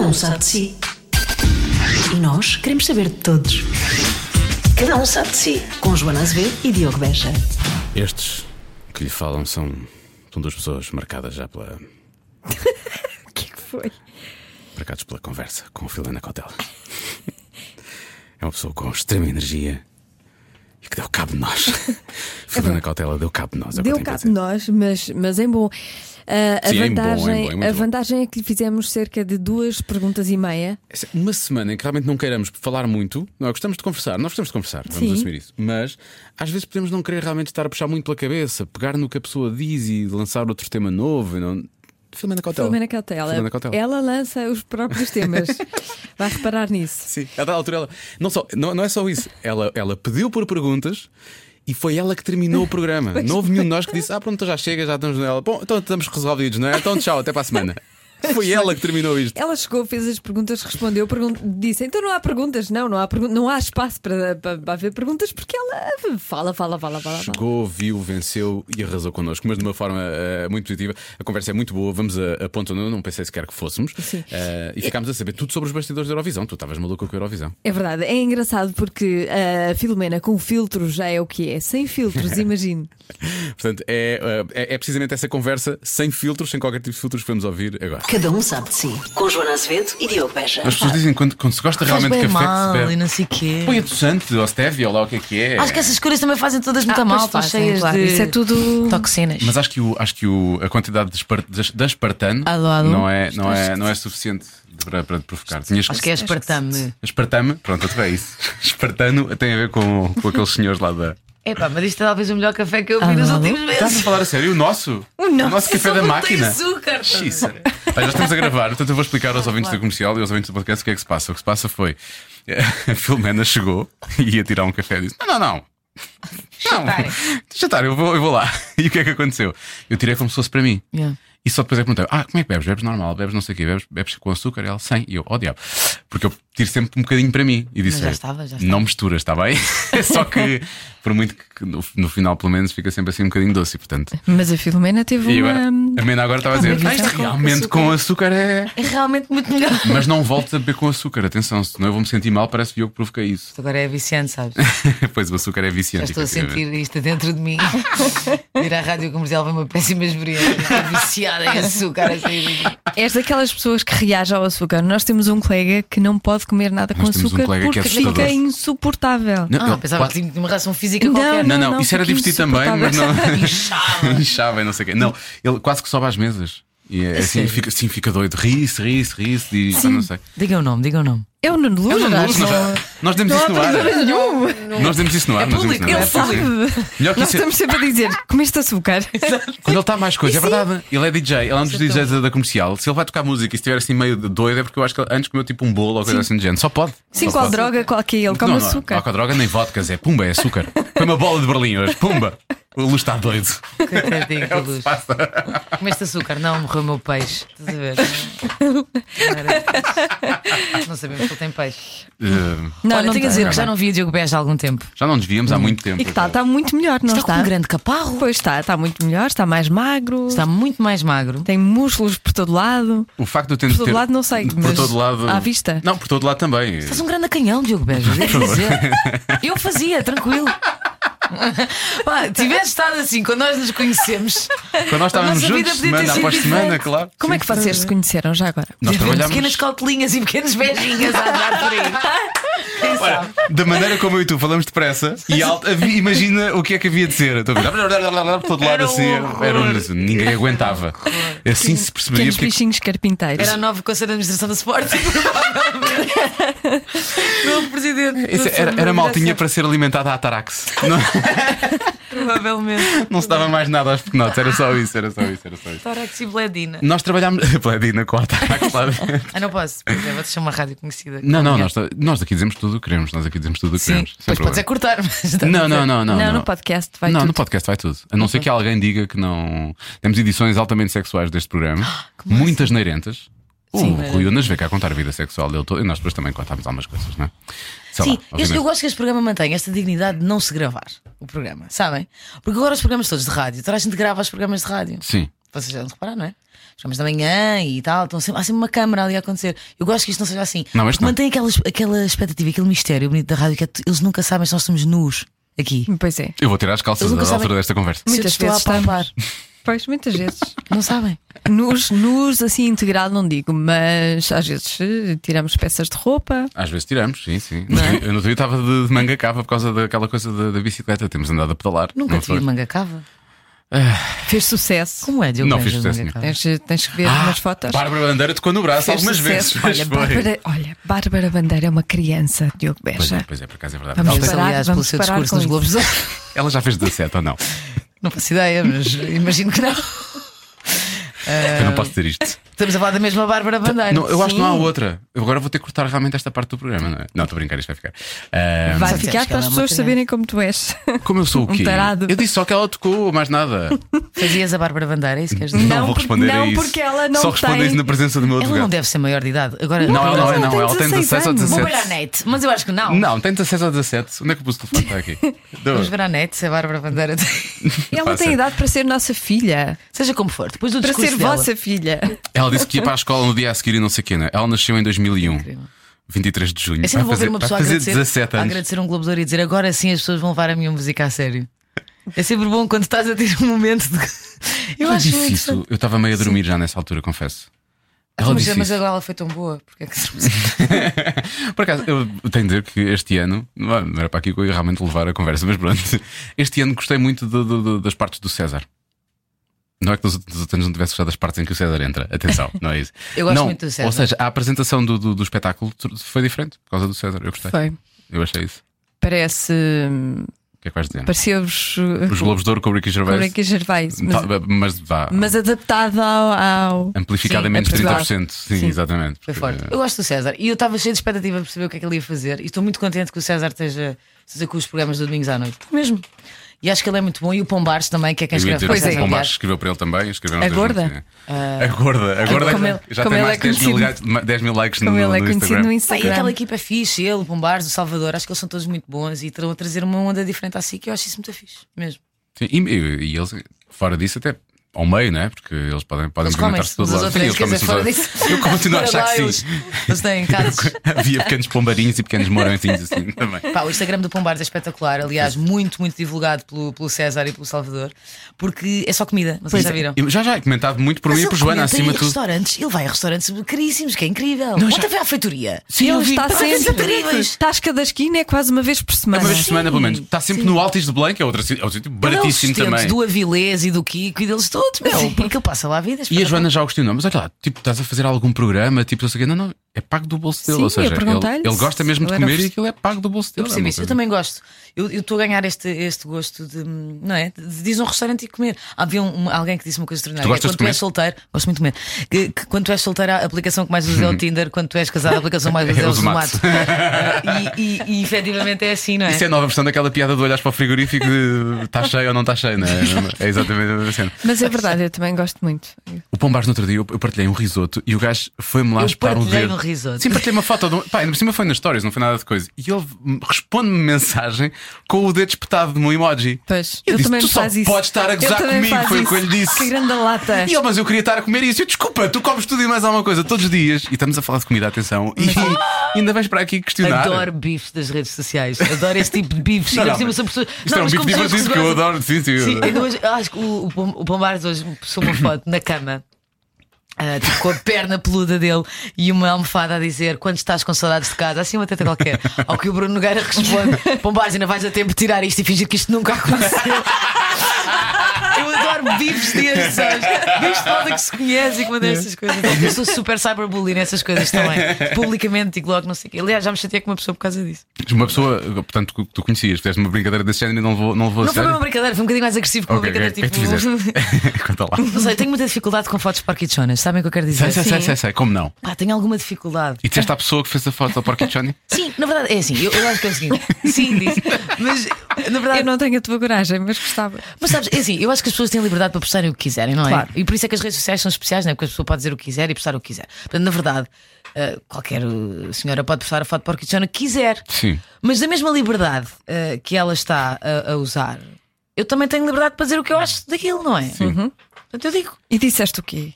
um sabe de si. E nós queremos saber de todos. Cada um sabe de si. Com Joana Azevedo e Diogo Beja. Estes que lhe falam são, são duas pessoas marcadas já pela, O que é que foi? marcados pela conversa com o Filana Cautela. É uma pessoa com extrema energia e que deu cabo de nós. Filana Cautela deu cabo de nós. é o que eu É Deu tenho para cabo dizer. de nós, mas, mas em bom. Ah, a Sim, em bom, em vantagem, bom, é muito a bom. vantagem é que lhe fizemos cerca de duas perguntas e meia. Essa é Uma semana em que realmente não queiramos falar muito, nós gostamos de conversar, nós gostamos de conversar, vamos Sim. assumir isso. Mas às vezes podemos não querer realmente estar a puxar muito pela cabeça, pegar no que a pessoa diz e lançar outro tema novo. e Não... Filomena Cautela. Filomena Cautela. Filomena Então, Cautela. Ela lança os próprios temas. Vai reparar nisso. Sim, a dada altura ela. Não, só, não, não é só isso. Ela, ela pediu por perguntas e foi ela que terminou o programa. não houve nenhum de nós que disse: Ah, pronto, então já chega, já estamos nela. Bom, então estamos resolvidos, não é? Então tchau, até para a semana. Foi ela que terminou isto. Ela chegou, fez as perguntas, respondeu, pergun- disse: então não há perguntas, não, não há, pergun- não há espaço para, para, para haver perguntas, porque ela fala, fala, fala, fala. fala. Chegou, viu, venceu e arrasou connosco, mas de uma forma eh, muito positiva. A conversa é muito boa, vamos a, a ponto onde eu não pensei sequer que fôssemos. Sim. Eh, e ficámos a saber tudo sobre os bastidores da Eurovisão. Tu estavas maluco com a Eurovisão. É verdade, é engraçado porque a Filomena com filtros já é o que é, sem filtros, imagino. Portanto, é, eh, é, é precisamente essa conversa sem filtros, sem qualquer tipo de filtros que vamos ouvir agora. Cada um sabe de si. Com Joana Azevedo e Diogo Beja. As pessoas dizem quando, quando se gosta Faz realmente de bem café, mal se bebe. e não sei o quê. Põe adoçante ou stevia ou lá o que é que é. Acho que essas cores também fazem todas muito Ah, mal, pois estão fazem, cheias claro. de Isso é tudo- toxinas. Mas acho que, o, acho que o, a quantidade de, espar, de, de aspartame Alô, alô? Não, é, não, é, não é suficiente de- para, para te provocar. Tinhas Acho que é aspartame. Aspartame, pronto, até é isso. Espartano tem a ver com, com aqueles senhores lá da. Epá, mas isto é talvez o melhor café que eu vi nos Alô, alô? últimos Estás a meses. falar a sério? O nosso? O nosso, café é só da não tem máquina. açúcar. Xiça. Pá, já estamos a gravar, portanto eu vou explicar Ah, aos ouvintes do comercial e aos ouvintes do podcast o que é que se passa. O que se passa foi. eh, A Filomena chegou e ia tirar um café e disse: Não, não, não. Não, jantar, eu vou, eu vou lá. E o que é que aconteceu? Eu tirei como se fosse para mim. Yeah. E só depois é que perguntei: Ah, como é que bebes? Bebes normal, bebes não sei o quê, bebes, bebes com açúcar? E ela, sem. E eu, oh diabo. Porque eu tiro sempre um bocadinho para mim. E disse: já "Olha, estava, já Não misturas, está bem? só que, por muito que no, no final, pelo menos, fica sempre assim um bocadinho doce. E, portanto, Mas a Filomena um- teve e agora, uma. a Mena agora estava a dizer: mas "Ah, Isto isso é com realmente com açúcar é. É realmente muito melhor. Mas não voltes a beber com açúcar, atenção, senão eu vou me sentir mal, parece que eu que provoquei isso. Isto agora é viciante, sabes? pois o açúcar é Já viciante. estou a efetivamente. sentir isto dentro de mim. Ir à rádio comercial foi uma péssima experiência. Estou viciada em açúcar é a sair daqui. És daquelas pessoas que reagem ao açúcar. Nós temos um colega que não pode comer nada Nós com temos um açúcar colega que porque é assustador. fica insuportável. Não, Ah, eu- pensava quase- que tinha uma reação física Não, qualquer. não, Não, não, isso era fica divertido também, mas não. Inchava. Inchava e não sei o quê. Não, ele quase que sobe às mesas. E é, assim, sério? fica, sim, fica doido. Ri-se, ri-se, ri-se. diz, "Ah, Não sei. Diga o nome, diga o nome. É o Nuno Luz, Não, acho. nós, nós demos isso no ar. Nós demos isso no ar. É nós demos público, isso no ar. ele Sim, sim. Melhor que Nós isso é- estamos sempre a dizer: comeste açúcar. Quando ele está mais coisa, é verdade. Ele é DJ, ele é um dos DJs da comercial. Se ele vai tocar música e estiver assim meio doido, é porque eu acho que ele antes comeu tipo um bolo ou coisa assim do género. Só pode. Sim, Só qual pode. droga, qual que é ele? Come não, Não, açúcar. não há droga nem vodkas, é pumba, é açúcar. Foi uma bola de Berlim hoje, pumba. O Lu está doido. Coitadinho da luz. Comeste açúcar? Não, morreu o meu peixe. Estás a ver? Não, não sabemos se ele tem peixe. Eh, Não, Olha, não tenho a tem. dizer que já não vi o Diogo Beja há algum tempo. já não nos víamos há muito tempo. Hum. E que está, está tá muito melhor, não Está, está? com um grande caparro. Pois está, está muito melhor, está mais magro, Está muito mais magro. tem músculos por todo lado. O facto de eu ter. Por todo ter- lado não sei, Por mas todo lado. à vista. Não, por todo lado também. Estás um grande canhão, Diogo Beja. Devo dizer. Eu fazia, tranquilo. Pá, tivesse estado assim, quando nós nos conhecemos, Quando nós A nossa estávamos vida juntos, podia ter semana sido após semana, diferente. claro. Como é Sim. que vocês se conheceram já agora? Nós tivemos trabalhámos. pequenas cautelinhas e pequenos beijinhos a andar por aí. Quem sabe? Da maneira como eu e tu falamos depressa e alto, havia- imagina o que é que havia de ser. Eu Estou a ver. Por todo lado Era um assim. horror. Era um, ninguém aguentava. Assim se percebia Pequenos porque bichinhos carpinteiros. Era a nova Conselho de Administração da Sport, provavelmente. Novo presidente. Isso era, era maltinha para ser alimentada à Tarax. Não, Provavelmente. não se dava mais nada aos pequenotes, era só isso, era só isso, era só isso. Tórax e Bledina. Nós trabalhámos. Pladina com a Tarax lá dentro. Ah, não posso. Pois é, vou deixar uma rádio conhecida. Não, não, nós, nós aqui dizemos tudo o que queremos, nós aqui dizemos tudo o que Sim, queremos. sem depois podes é problema. cortar, mas. Não, não, não, não. não, no podcast vai não, tudo. Uhum. no podcast vai tudo. A não ser que alguém diga que não. Temos edições altamente sexuais deste programa, muitas neirentas. Sim, o mas- Rui Unas veio cá contar a vida sexual dele todo e nós depois também contámos algumas coisas, não é? Sei Sim, lá, este- eu obviamente. gosto que este programa mantenha esta dignidade de não se gravar o programa, sabem? Porque agora os programas todos de rádio, toda a gente grava os programas de rádio. Sim. Vocês já não repararam, não é? os programas da manhã e tal, estão sempre, há sempre uma câmara ali a acontecer. Eu gosto que isto não seja assim. Não, este não. Mantém aquela, aquela expectativa, aquele mistério bonito da rádio que é tu- eles nunca sabem se nós estamos nus aqui. Pois é. Eu vou tirar as calças Eles nunca da altura sabem- desta conversa. Se eu te Muitas estou vezes a estamos. palpar. Pois, muitas vezes. Não sabem. Nos, nos assim integral, não digo, mas às vezes eh, tiramos peças de roupa. Às vezes tiramos, sim, sim. No é? outro dia- Eu no outro dia estava de, de manga cava por causa daquela coisa da, da bicicleta. Temos andado a pedalar. Nunca não te vi foi? de manga cava. Fez sucesso. Como é, Diogo? Não Beja, fiz de sucesso manga cava? Tens, eh, tens que ver Ah, umas fotos. Bárbara Bandeira tocou no braço Fez algumas sucesso. vezes. Olha, mas foi. Bárbara, olha, Bárbara Bandeira é uma criança, Diogo Pois é, Beja. pois é, por acaso é verdade. Vamos Ela, Talvez, parar, aliás, pelo vamos seu parar discurso com nos isso. Globos. ela já fez 17 ou não? Não faço ideia, mas imagino que não. Eu não posso dizer isto. Estamos a falar da mesma Bárbara Bandeira. Não, eu acho que não há Sim. outra. Eu agora vou ter que cortar realmente esta parte do programa, não é? Não, estou a brincar, isto vai ficar. Ah, Vai Mas ficar disseste que para ela é as uma pessoas criança. saberem como tu és. Como eu sou o Um quê? tarado. Eu disse só que ela tocou, mais nada. Fazias a Bárbara Bandeira, é isso que queres dizer? Não, Não, vou porque- responder a não, isso. porque ela não Só responde tem- isso na presença do meu Ela não advogado. deve ser maior de idade. Agora, Não, ela não é, Ela não. tem Ela tem 16 16 ou anos. Vou 17. ver à net, mas eu acho que não. Não, tem 16 ou 17. Onde é que eu pus o telefone? Está aqui. Dois. Vamos ver à net se a Bárbara Bandeira tem. Ela Passa. tem idade para ser nossa filha, Seja como for, depois do para discurso ser dela. vossa filha. Ela disse que ia para a escola no dia a seguir e não sei o quê, né? Ela nasceu em 2001. 23 de junho. Assim vai não vou fazer, ver uma vai pessoa fazer agradecer, 17 a anos. agradecer um Globo de Ouro e dizer agora sim as pessoas vão levar a minha música a sério. É sempre bom quando estás a ter um momento de. Eu Ela acho disse muito isso. É Eu estava meio a dormir já nessa altura, confesso. Ela Mas, disse mas isso. agora ela foi tão boa. Porque é que... Por acaso, eu tenho de dizer que este ano, não não era para aqui que eu ia realmente levar a conversa, mas pronto. Este ano gostei muito do- do- do- das partes do César. Não é que dos outros dos outros anos não tivesse gostado das partes em que o César entra. Atenção, não é isso. Eu gosto Não, muito do César. Ou seja, a apresentação do, do, do espetáculo foi diferente por causa do César. Eu gostei. Foi. Eu achei isso. Parece. hum, O que é que vais dizer? Pareceu-vos. Os Globos de Ouro com o Ricky Como é Gervais. que Gervais? Mas, Tá, Mas vá. mas adaptado ao. ao- Amplificadamente Sim, é 30%. Sim, exatamente. Foi Porque- forte. Eu gosto do César e eu estava cheio de expectativa para perceber o que é que ele ia fazer. E estou muito contente que o César esteja, esteja com os programas de domingos à noite. Estou É mesmo. E acho que ele é muito bom. E o Pombares também, que é quem Eu ia escreve dizer, para o Pois é. o César João Bastos Guiar. escreveu para ele também. Escreveram A os dois gorda? juntos, sim. A gorda. A gorda é que como ele- já como tem ele mais é de 10 mil, likes, conhecido. ma- 10 mil likes no, Como ele é no conhecido Instagram. no Pá, e Instagram. aquela equipa é fixe, ele, o Pombares, o Salvador, acho que eles são todos muito bons e estão a trazer uma onda diferente a si que eu acho isso muito fixe, mesmo. Sim, e, e- e eles, fora disso, até ao meio, não é? Porque eles podem, podem Eles comem movimentar-se de todo todos os lado. Sim, outros, eles comem-se quer dizer, fora todos disso. os lados. Eu continuo a Fora achar lá, que eles, sim. eles têm casos. Havia pequenos pombarinhos e pequenos morõezinhos assim também. Pá, o Instagram do Pombares é espetacular, aliás, muito, muito divulgado pelo, pelo César e pelo Salvador, porque é só comida, vocês já viram. E Já já é comentado muito por mim Mas e ele por Joana, comenta acima em de tudo. restaurantes, ele vai a restaurantes caríssimos, que é incrível. Ontem foi à feitoria. Sim, ele está Para fazer sempre. incríveis. Tasca da esquina é quase uma vez por É semana. Ah, uma vez por semana, pelo menos. Está sempre no Altis de Belém, que é outro sítio é um sítio baratíssimo Ele é o sustento também. Do Avilés e do Kiko e deles todos, meu, porque ele passa lá a vida. E a Joana já o questionou, mas olha lá, tipo, estás a fazer algum programa, tipo, não sei o quê. Não, não, é pago do bolso dele. Sim, ou seja, eu perguntei-lhe ele, ele gosta mesmo se de ele era comer e oferecido. aquilo é pago do bolso dele. é Eu percebo uma isso, eu coisa. também gosto. Eu eu estou a ganhar este, este gosto de, hum, não é? De- de- Diz um restaurante e comer. Havia um- um- alguém que disse uma coisa extraordinária. Tu que é gostas quando de tu comer? és solteiro, gosto muito de comer. Que, que quando tu és solteiro, a aplicação que mais usas é o Tinder. Quando tu és casado, a aplicação mais usas É é o o Zomato. Zomato. e, e, e efetivamente é assim, não é? Isso é a nova versão daquela piada do olhares para o frigorífico de está cheio ou não está cheio, não é? É exatamente a mesma cena. Mas é verdade, eu também gosto muito. O Pombás no outro dia eu eu partilhei um risoto e o gajo foi-me lá Eu espetar o partilhei dedo. um risoto. Sim, partilhei uma foto. De um... Pá, ainda por cima foi nas stories, não foi nada de coisa. E ele me- responde-me mensagem com o dedo espetado de um emoji. Pois, eu eu, disse, também tu me só faz isso. podes estar a Eu gozar também comigo, faz foi o que eu isso. lhe disse. Que grande lata. E ele, mas eu queria estar a comer isso. Eu, desculpa, tu comes tudo e mais alguma coisa todos os dias. E estamos a falar de comida, atenção. E ainda vais para aqui questionar. Adoro bifes das redes sociais. Adoro esse tipo de bifes. Não, Ainda por não, cima são pessoas- Isto Não, é um mas bife como pessoas divertido se que eu gozam- adoro. Sim, né? sim. Sim, ainda hoje, eu acho que o, o Pom- o Pombares hoje postou uma foto na cama. ah, tipo, com a perna peluda dele e uma almofada a dizer quando estás com saudades de casa, assim uma teta qualquer. Ao que o Bruno Nogueira responde: Pombares, ainda vais a tempo de tirar isto e fingir que isto nunca aconteceu. Eu adoro bifes destes, sabes? Bifes de malta que se conhece e que manda estas coisas. Eu sou super cyberbully nessas coisas também. Publicamente digo logo, não sei o quê. Aliás, já me chateei com uma pessoa por causa disso. Uma pessoa, portanto, que tu conhecias, fizeste uma brincadeira desse género e não levou, não levou a Não foi sério. bem uma brincadeira, foi um bocadinho mais agressivo que uma Ok, ok. brincadeira O que é que tu tipo. fizeste? Conta lá. Não sei, tenho muita dificuldade com fotos parquichonas, sabem o que eu quero dizer? Sei, sei, Assim. sei, sei, sei, como não? Pá, tenho alguma dificuldade. E disseste à pessoa que fez a foto ao Porky Johnny? Sim, na verdade, é assim, eu, eu acho que é o seguinte. Sim, disse. Mas, na verdade, Eu não tenho a tua coragem, mas gostava. mas sabes, é assim, eu acho que as pessoas têm liberdade para postarem o que quiserem, não é? Claro. E por isso é que as redes sociais são especiais, não é? Porque a pessoa pode dizer o que quiser e postar o que quiser. Portanto, na verdade, ah, qualquer ah, senhora pode postar a foto parquichona que quiser. Sim. Mas da mesma liberdade ah, que ela está a, a usar, eu também tenho liberdade para dizer o que eu acho daquilo, não é? Sim. Portanto, eu digo. E disseste o quê?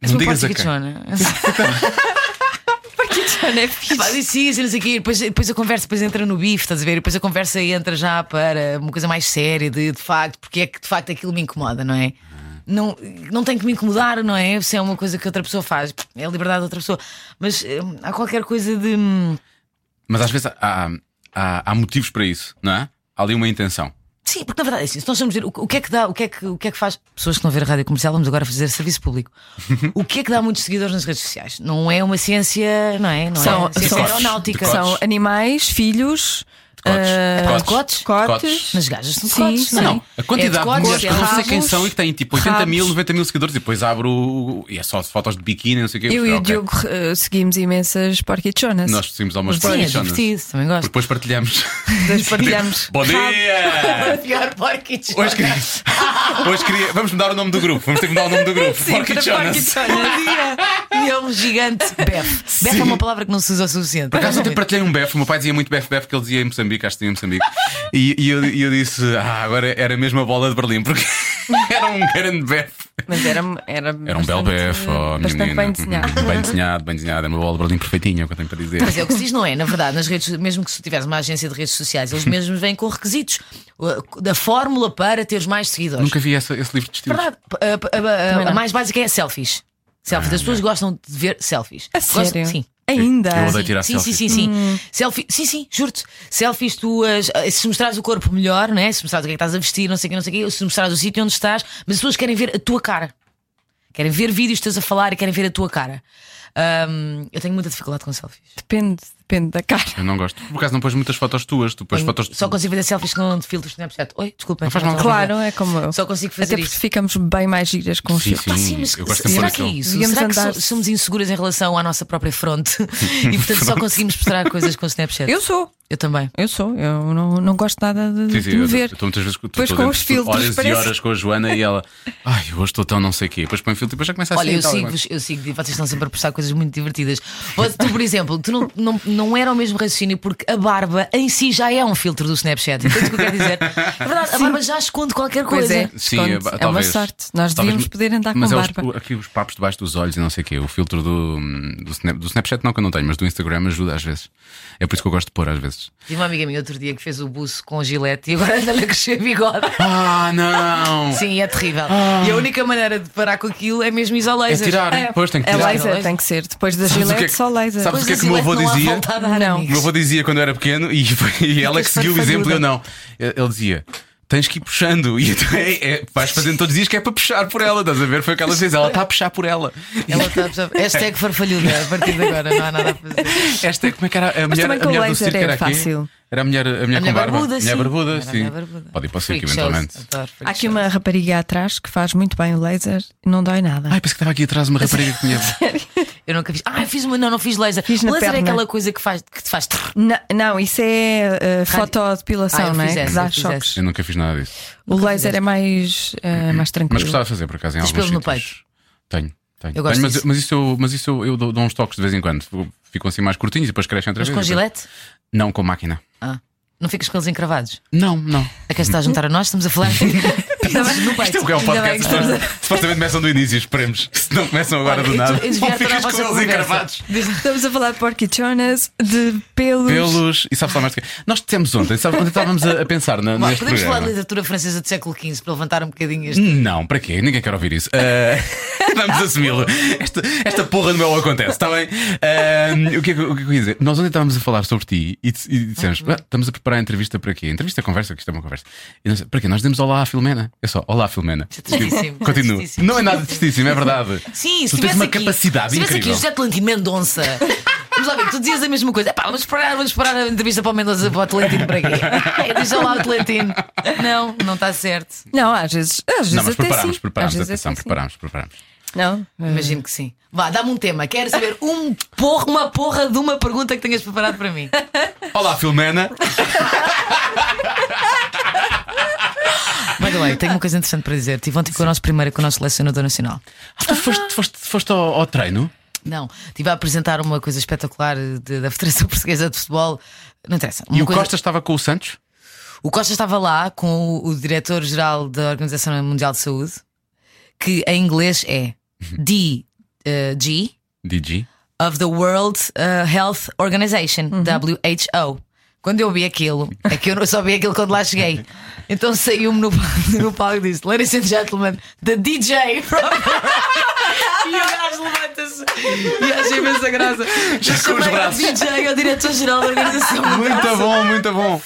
És uma digas a quem. particuchona. Partichona é fixe. Pá, Sim, sim, não sei o quê. Depois, depois a conversa depois entra no bife, estás a ver? E Depois a conversa entra já para uma coisa mais séria de, de facto, porque é que de facto aquilo me incomoda, não é? Não, não tem que me incomodar, não é? Se é uma coisa que outra pessoa faz, é a liberdade de outra pessoa. Mas hum, há qualquer coisa de. hum, Mas às vezes há, há, há motivos para isso, não é? Há ali uma intenção. Sim, porque na verdade é assim, se nós vamos ver o, o que é que dá, o que é que, o que é que faz. Pessoas que não ver rádio comercial, vamos agora fazer serviço público. O que é que dá muitos seguidores nas redes sociais? Não é uma ciência, não é? Não é São- uma ciência são- aeronáutica. Decotes. São animais, filhos, Decotes. Eh, ah, Decotes. Decotes? Cotes. Mas gajas são Sim, decotes, sim. não é? Não, a quantidade É de decotes, mulheres que eu não sei quem rabos, são e que têm tipo 80 mil, rabos. 90 mil seguidores e depois abro o- e é só fotos de biquíni, não sei o quê. Eu Ok. e o Diogo eh, seguimos imensas porquichonas. Nós fizemos algumas Sim, é partilhas. divertido, também Porque gosto. depois partilhamos. Nós partilhamos. Bom dia! Pior porquê Hoje queria... Hoje queria. Vamos mudar o nome do grupo. Vamos ter que mudar o nome do grupo. Sim, para Porky Jonas. porquichonas. E é um gigante Bef. Bef é uma palavra que não se usa o suficiente. Por acaso ontem partilhei um BEF, o meu pai dizia muito BEF, BEF, que ele dizia em Moçambique, acho que tinha em Moçambique. E, e eu, e eu disse, ah, agora era mesmo a bola de Berlim, porque era um grande BEF. Mas era, era, Era um belo BEF, oh, bastante menina. bem desenhado. Uhum, Bem desenhado, bem desenhado. Era uma bola de Berlim perfeitinha, é o que eu tenho para dizer. Mas é o que se diz, não é? Na verdade, nas redes, mesmo que se tiveres uma agência de redes sociais, eles mesmos vêm com requisitos. O- Da fórmula para teres mais seguidores. Nunca vi essa- esse livro de estilos. Verdade. eh, A, a- a- não. a mais básica é selfies. Selfies. Ah, As pessoas gostam de ver selfies. A Gostam- sério? Hum. Sim. Ainda. Eu odeio tirar sim, selfies. Sim, sim, sim. Selfie, sim, sim, juro-te. Selfies tuas, eh, se mostrares o corpo melhor, né? se mostrares o que é que estás a vestir, não sei o que, não sei o quê, se mostrares o sítio onde estás, mas as pessoas querem ver a tua cara. Querem ver vídeos teus a falar e querem ver a tua cara. Ahm, eu tenho muita dificuldade com selfies. Depende, depende da cara. Eu não gosto. Por acaso não pôs muitas fotos tuas, tu pôs Tenho- fotos. Só consigo fazer selfies que não de filtros, não é? Oi, desculpa. Não faz mal. Claro, é como eu. Só consigo fazer Até porque isso. ficamos bem mais giras com os Sim, filhos. sim. Pá, sim, mas eu gosto de será pôr que é aquele- isso? Devíamos será que andar- so- somos inseguras em relação à nossa própria fronte e portanto só conseguimos mostrar coisas com o Snapchat? Eu sou, Eu também. eu sou. Eu não, não gosto nada de, Sim, sim, de me eu- ver. eu estou muitas vezes tu- Depois estou com dentro os de filtros, horas e parece. horas com a Joana e ela, ai, hoje estou tão não sei o quê. Depois põe filtro e depois já começa a Olha, assim, eu tal, sigo, mas- eu sigo, vocês estão sempre a postar coisas muito divertidas. Você, tu, por exemplo, tu não, não, não era o mesmo raciocínio porque a barba em si já é um filtro do Snapchat. Entendes o que eu quero dizer? É verdade, a barba já esconde qualquer Pois coisa. é, Sim, esconde. é ba- é, uma talvez. sorte. Talvez- Nós devíamos poder andar com mas é os- barba. o- aqui os papos debaixo dos olhos e não sei o quê. O filtro do, do, Snap- do Snapchat, não que eu não tenho, mas do Instagram ajuda às vezes. É por isso que eu gosto de pôr às vezes. Tive uma amiga minha outro dia que fez o buço com o gilete e agora anda-lhe a crescer bigode. Ah, não! Sim, é terrível. E a única maneira de parar com aquilo é mesmo isolar. Ah. É tirar, É, depois tem que é tirar. laser, Laser. tem que ser. Depois da Sabes o que é Gillette, que- só laser. sabes- Pois o que é a que o meu avô gilete assim, não há dizia? volta a dar, Não. O amigos. meu avô dizia quando eu era pequeno e, foi- e ela é que Ficas seguiu o exemplo e eu farfaduda. não. Ele dizia. Tens que ir puxando e tu é, é, vais fazendo todos os dias que é para puxar por ela, estás a ver? Foi aquela vez, ela está a puxar por ela. Ela está a Hashtag farfalhuda a partir de agora, não há nada a fazer. Esta é como é que era a mulher, também a com mulher do laser circo é era aqui? fácil. Era a mulher, a mulher, A com minha barba. barbuda, sim. mulher barbuda, Era a sim. minha barbuda. Pode ir para o circo Freak shows, eventualmente. adoro freak Há aqui shows. uma rapariga atrás que faz muito bem o laser e não dói nada. Ai, pensei que estava aqui atrás Assim. uma rapariga que tinha. Eu nunca fiz. Ah, eu fiz uma. Não, não fiz laser. Fiz na laser é perna. aquela coisa que, faz, que te faz. trrr. Na- não, isso é uh, Rádio- Ah, fotodepilação, eu não é? fizesse, que dá eu fizesse. choques. Eu nunca fiz nada disso. O laser é mais, uh, mais Mas tranquilo. gostava de fazer, por acaso, em Tens alguns pelo no sítios. Tenho, tenho. Eu gosto Tenho, mas, disso. mas isso, eu, mas isso eu, eu dou, dou uns toques de vez em quando. Ficam assim mais curtinhos e depois crescem outra Mas vez. com e depois- gilete? Não, com máquina. Ah. Não ficas com eles encravados? Não, não. É que se está a juntar a nós, estamos a falar. Pisos no Isto é peito. o que é um Ainda podcast. bem que estamos Supostamente supostamente começam do início, esperemos. Se não começam agora Olha, do eu nada, tô- eu devia não ficas aturar a com vossa eles conversa. encravados. Estamos a falar de Porky Jonas, de pelos. Pelos. E sabes lá mais do que Nós dissemos ontem, sabes ontem estávamos a, a pensar na, Bom, neste Podemos falar de programa. literatura francesa do século XV para levantar um bocadinho este. Não, para quê? Ninguém quer ouvir isso. Ah, vamos assumi-lo. Esta, esta porra do meu acontece, está bem? Ah, o, que é que, o que é que eu ia dizer? Nós ontem estávamos a falar sobre ti e, dis- e dissemos: Uhum. "Ah, estamos a preparar a entrevista para quê? Entrevista, conversa, que isto é uma conversa. E nós, para quê? Nós demos olá à Filomena. Eu só, olá Filomena. Isso é tristíssimo, isso é Continuo. tristíssimo. Não é nada tristíssimo, é verdade. tu Sim, se tens tivesse uma aqui, capacidade se tivesse incrível. aqui o José Tolentino Mendonça. Vamos lá ver, tu dizias a mesma coisa. Epá, vamos parar, vamos parar a entrevista para o Mendonça para o Tolentino para quê? Ai, Deixa lá o Tolentino. Não, não está certo. Não, às vezes. Às vezes Não, mas até preparámos, sim. preparámos, às vezes atenção, até sim. preparámos, preparámos. Não, Imagino que sim. Vá, dá-me um tema. Quero saber um porra, uma porra de uma pergunta que tenhas preparado para mim. Olá, Filomena. By the way, tenho uma coisa interessante para dizer. Tive ontem com o nosso primeiro, com o nosso selecionador nacional. Ah, tu foste, foste, foste ao, ao treino? Não, estive a apresentar uma coisa espetacular de- da Federação Portuguesa de Futebol. Não interessa. E Uma o coisa- Costa estava com o Santos? o Costa estava lá com o, o diretor-geral da Organização Mundial de Saúde, que em inglês é D. eh, G DG. of the World eh, Health Organization, WHO. Quando eu vi aquilo, é que eu não- só vi aquilo quando lá cheguei. Então saiu-me no, pal- no palco e disse: Ladies and gentlemen, the DJ from. E o gajo levanta-se e acha imensa graça. Já com os Chamei braços. O DJ, é o diretor-geral da organização. Muito bom, muito bom.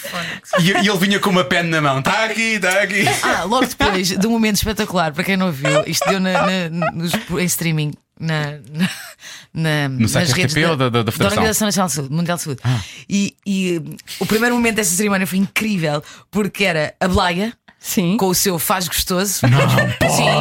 E, e ele vinha com uma pena na mão. Está aqui, está aqui. Ah, logo depois de um momento espetacular, para quem não viu, isto deu na, na- nos- em streaming. Na, na- na- site nas redes RTP ou da- da- da Federação? Ah. Organização Nacional de Saúde, Mundial de Saúde. E, e, hum, o primeiro momento dessa cerimónia foi incrível, porque era a Blaia Sim. com o seu faz gostoso. Hum? Não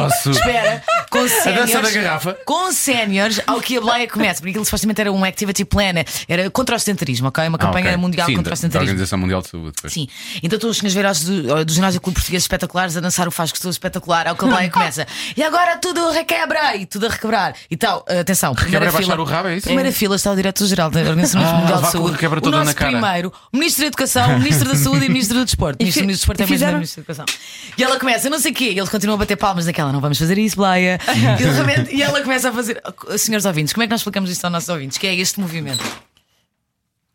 posso. Sim, espera, com séniores. dança da garrafa. Com séniores, ao que a Blaia começa, porque aquilo supostamente era um activity plan, era contra o centrismo, ok? Uma campanha Ah, ok. mundial Sim, contra o da- da centrismo. Organização Mundial de Saúde. pois. Sim, então tu chegas a ver aos do, do ginásio clube português espetaculares a dançar o faz gostoso espetacular, ao que a Blaia começa. E agora tudo requebra e tudo a requebrar. E tal, atenção, primeira Requebra é fila. baixar o rabo, é isso? Primeira fila está o diretor-geral da Organização Ah, Mundial vá de com o Saúde. requebra o toda nosso na cara. primeiro, o ministro da Educação, o ministro da Saúde e o ministro do Desporto. O ministro, fi- o ministro do Desporto é e mais fizeram- ministro da Educação. E ela começa, não sei o quê, e ele continua a bater palmas naquela, não vamos fazer isso, Blaia. E, de repente- e ela começa a fazer. Senhores ouvintes, como é que nós explicamos isto aos nossos ouvintes? Que é este movimento.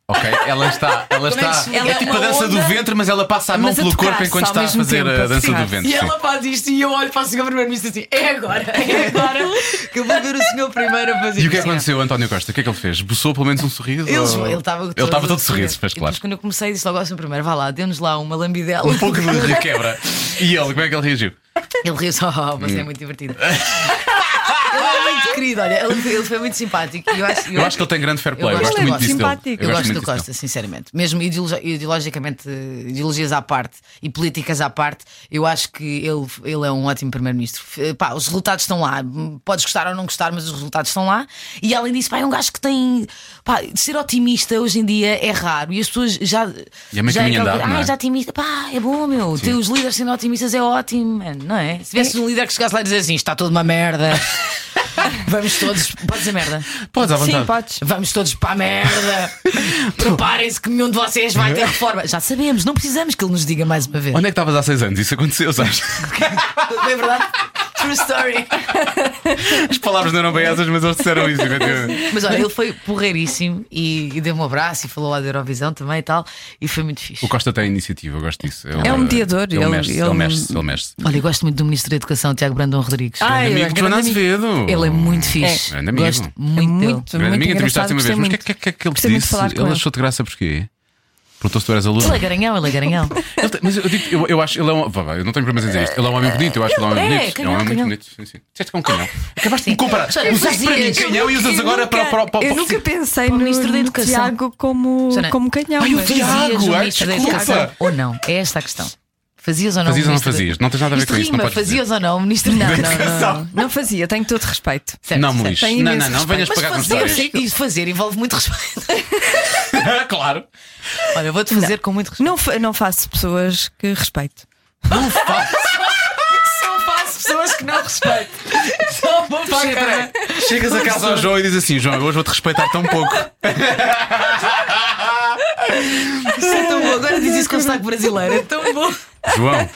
Ok, ela está. Ela Como é que está. se- É, ela é tipo a uma dança onda, do ventre, mas ela passa a mão mas a pelo corpo tocar-se enquanto ao está a mesmo fazer tempo, a a dança do tocar-se. ventre. E sim. ela faz isto e eu olho para o senhor primeiro-ministro assim: é agora, é agora que eu vou ver o senhor primeiro a fazer E o que é que isto." aconteceu, António Costa? O que é que ele fez? Buçou pelo menos um sorriso? Eles- ou- ele estava Ele estava todo sorriso, pois E claro. Depois, quando eu comecei, disse logo ao senhor primeiro: vá lá, dê-nos lá uma lambidela. Um pouco de requebra. E ele, como é que ele reagiu? Ele riu só, "Oh, mas é Hum. muito divertido. ele é muito querido, olha, ele, ele foi muito simpático. E Eu acho, Eu acho que ele tem grande fair play. Eu gosto gosto dele. muito disso dele. Simpático. Eu, gosto muito do disso dele. Costa, sinceramente. Mesmo ideolo- ideologicamente, eh, ideologias à parte e políticas à parte, eu acho que ele, ele é um ótimo primeiro-ministro. F- pá, os resultados estão lá. Hum, Podes gostar ou não gostar, mas os resultados estão lá. E além disso, pá, é um gajo que tem. Pá, ser otimista hoje em dia é raro. E as pessoas já. E é meio já caminho aquela andado, coisa, não é? "Ah, és otimista. Pá, é bom, meu. Ter os líderes sendo otimistas é ótimo, mano, não é? Se tivesse um líder que chegasse lá e dizia assim: está tudo uma merda. Vamos todos. Pode dizer merda. Podes à Sim, vontade. podes. Vamos todos para a merda. Preparem-se que nenhum de vocês vai ter reforma. Já sabemos, não precisamos que ele nos diga mais uma vez. Onde é que estavas há seis anos? Isso aconteceu, sabes? Não é verdade? True story. As palavras não eram bem essas, mas eles disseram isso. efetivamente. Mas olha, ele foi porreiríssimo e, e deu-me um abraço e falou lá da Eurovisão também e tal. E foi muito fixe. O Costa tem iniciativa, eu gosto disso. É um mediador, Ele ele- mexe, ele ele- mexe, ele mexe. Olha, eu gosto muito do Ministro da Educação, Tiago Brandão Rodrigues. Ai, Amigo de grande Joana amigo. Azevedo. Ele é muito fixe. Grande amigo. Gosto É muito, dele. muito, Grande muito amiga, engraçado. entrevistaste uma vez, gostei mas o que, é- muito. que, é- que é que ele Gostei muito de disse? falar com Ele ele. achou de graça porquê? Perguntou se tu eras aluno. Ele é garanhão, ele é garanhão. Ele tem- Mas eu, digo, eu, eu acho, ele é um. vá, vá, Eu não tenho problemas em dizer isto. Ele é um homem bonito, eu acho que ele é um homem É, bonito. Ele é um homem muito canhão, bonito. Sim, sim. Disseste que é um canhão. Acabaste de me comparar. Só eu Usaste para mim é? fazia- canhão e usas Eu agora nunca- para, para, para, Eu nunca pensei o no ministro da no Educação. Tiago como, Joana, como canhão. ai, o mas- Tiago! Fazias o ai, ministro da desculpa. Educação ou não? É esta a questão. Fazias ou não? Fazias o ou não ministro da- fazias? Não tens nada a ver Isto com isso, não rima, podes dizer. Fazias ou não, o ministro da Não, não, Educação? não, não. Não fazia, tenho todo respeito. Certo, Não, certo. Luís. Tem Não, não, imenso não. Venhas Mas pagar com fazer, histórias. sim, e fazer envolve muito respeito. Claro. Olha, eu vou-te fazer com muito respeito. Não, fa- não faço pessoas que respeito. Não faço. Só faço pessoas que não respeito. Só vou para a cara. Chegas a casa ao João e dizes assim: João, eu hoje vou-te respeitar tão pouco. Isso é tão bom. Agora diz isso com sotaque brasileiro. É tão bom. João,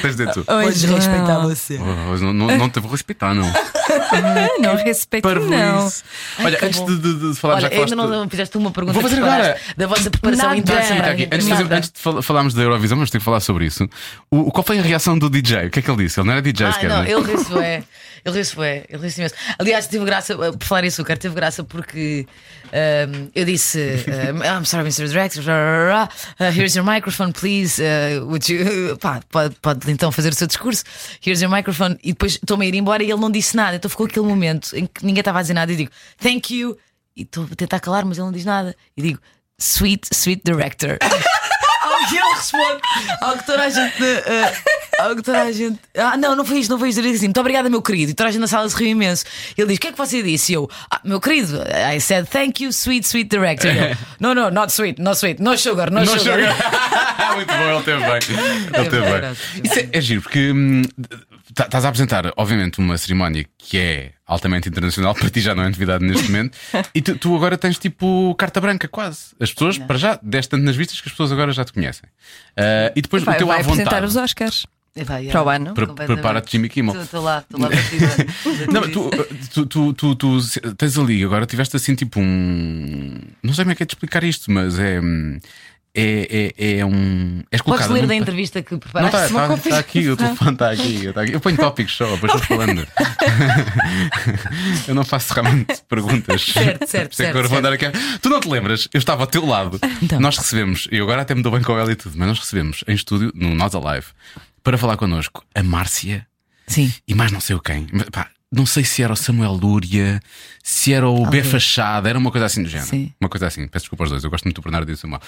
tens de dizer tu. Hoje não. respeitar você. Oh, não, não, não te vou respeitar, não. Ah, Não respeito, Parvo não. isso. Olha, que antes bom. de, de, de falar Olha, já ainda falaste. não, não fizeste uma pergunta Vou fazer que preparaste agora. da vossa preparação Nada. intensa. Fica para a aqui. minha Antes de, fazer- pergunta. antes de fal- falarmos da Eurovisão, vamos ter que falar sobre isso. O, qual foi a reação do DJ? O que é que ele disse? Ele não era DJ Ah, sequer. não, né? ele riu-se bué. Ele riu-se bué, ele riu-se imenso. Aliás, tive graça, eh, por falar em açúcar, teve graça porque ehm, eu disse: ehm, I'm sorry, Mr. Director, rah, rah, rah, uh, here's your microphone, please. eh, would you. Pá, pode, pode então fazer o seu discurso, here's your microphone. E depois estou-me a ir embora e ele não disse nada. Então ficou aquele momento em que ninguém estava a dizer nada e digo: Thank you. E estou a tentar calar, mas ele não diz nada. E digo: Sweet, sweet director. Ao que ele responde. Ao que toda a gente. eh, ao que toda a gente. Ah, não, não foi isto, não foi isto. Ele diz assim: Muito obrigada, meu querido. E toda a gente na sala se riu imenso. Ele diz: O que é que você disse? E eu: "Ah, Meu querido, I said thank you, sweet, sweet director. E ele, no, no, not sweet, not sweet, no sugar, no, Não sugar. chega. Ah, Muito bom, ele teve É bem. Ele teve bem. maravilhoso. Isso é, é giro, porque hum, tá- estás a apresentar, obviamente, uma cerimónia que é altamente internacional, para ti já não é novidade neste momento, e tu, tu agora tens tipo carta branca, quase. As pessoas, para já, deste tanto nas vistas que as pessoas agora já te conhecem. Ah, e depois Vai, o teu à vai vontade. apresentar os Oscars. É. Para o ano. Pre- Completamente. prepara-te, Jimmy Kimmel. Estou- Estou lá, estou lá batida. Não, mas tu, tu, tu, tu, tu se- tens ali, agora tiveste assim tipo um. Não sei como é que é de explicar isto, mas é. hum, É, é, é um. És Podes colocado. ler num- da entrevista que Não, está preparaste? tá, tá aqui, o telefone está aqui, tá aqui. Eu ponho tópicos só, depois estou falando. eu não faço realmente perguntas. Por Certo, certo, isso é que certo, agora vou certo. Então. andar aqui. Tu não te lembras? Eu estava ao teu lado. Nós recebemos, e eu agora até me dou bem com ela e tudo, mas nós recebemos em estúdio, no Nós Alive, para falar connosco, a Márcia Sim. e mais não sei o quem. Mas, pá, não sei se era o Samuel Lúria, se era o B Fachada, era uma coisa assim do género. Sim. Uma coisa assim, peço desculpa aos dois, eu gosto muito do Bernardo e do Samuel.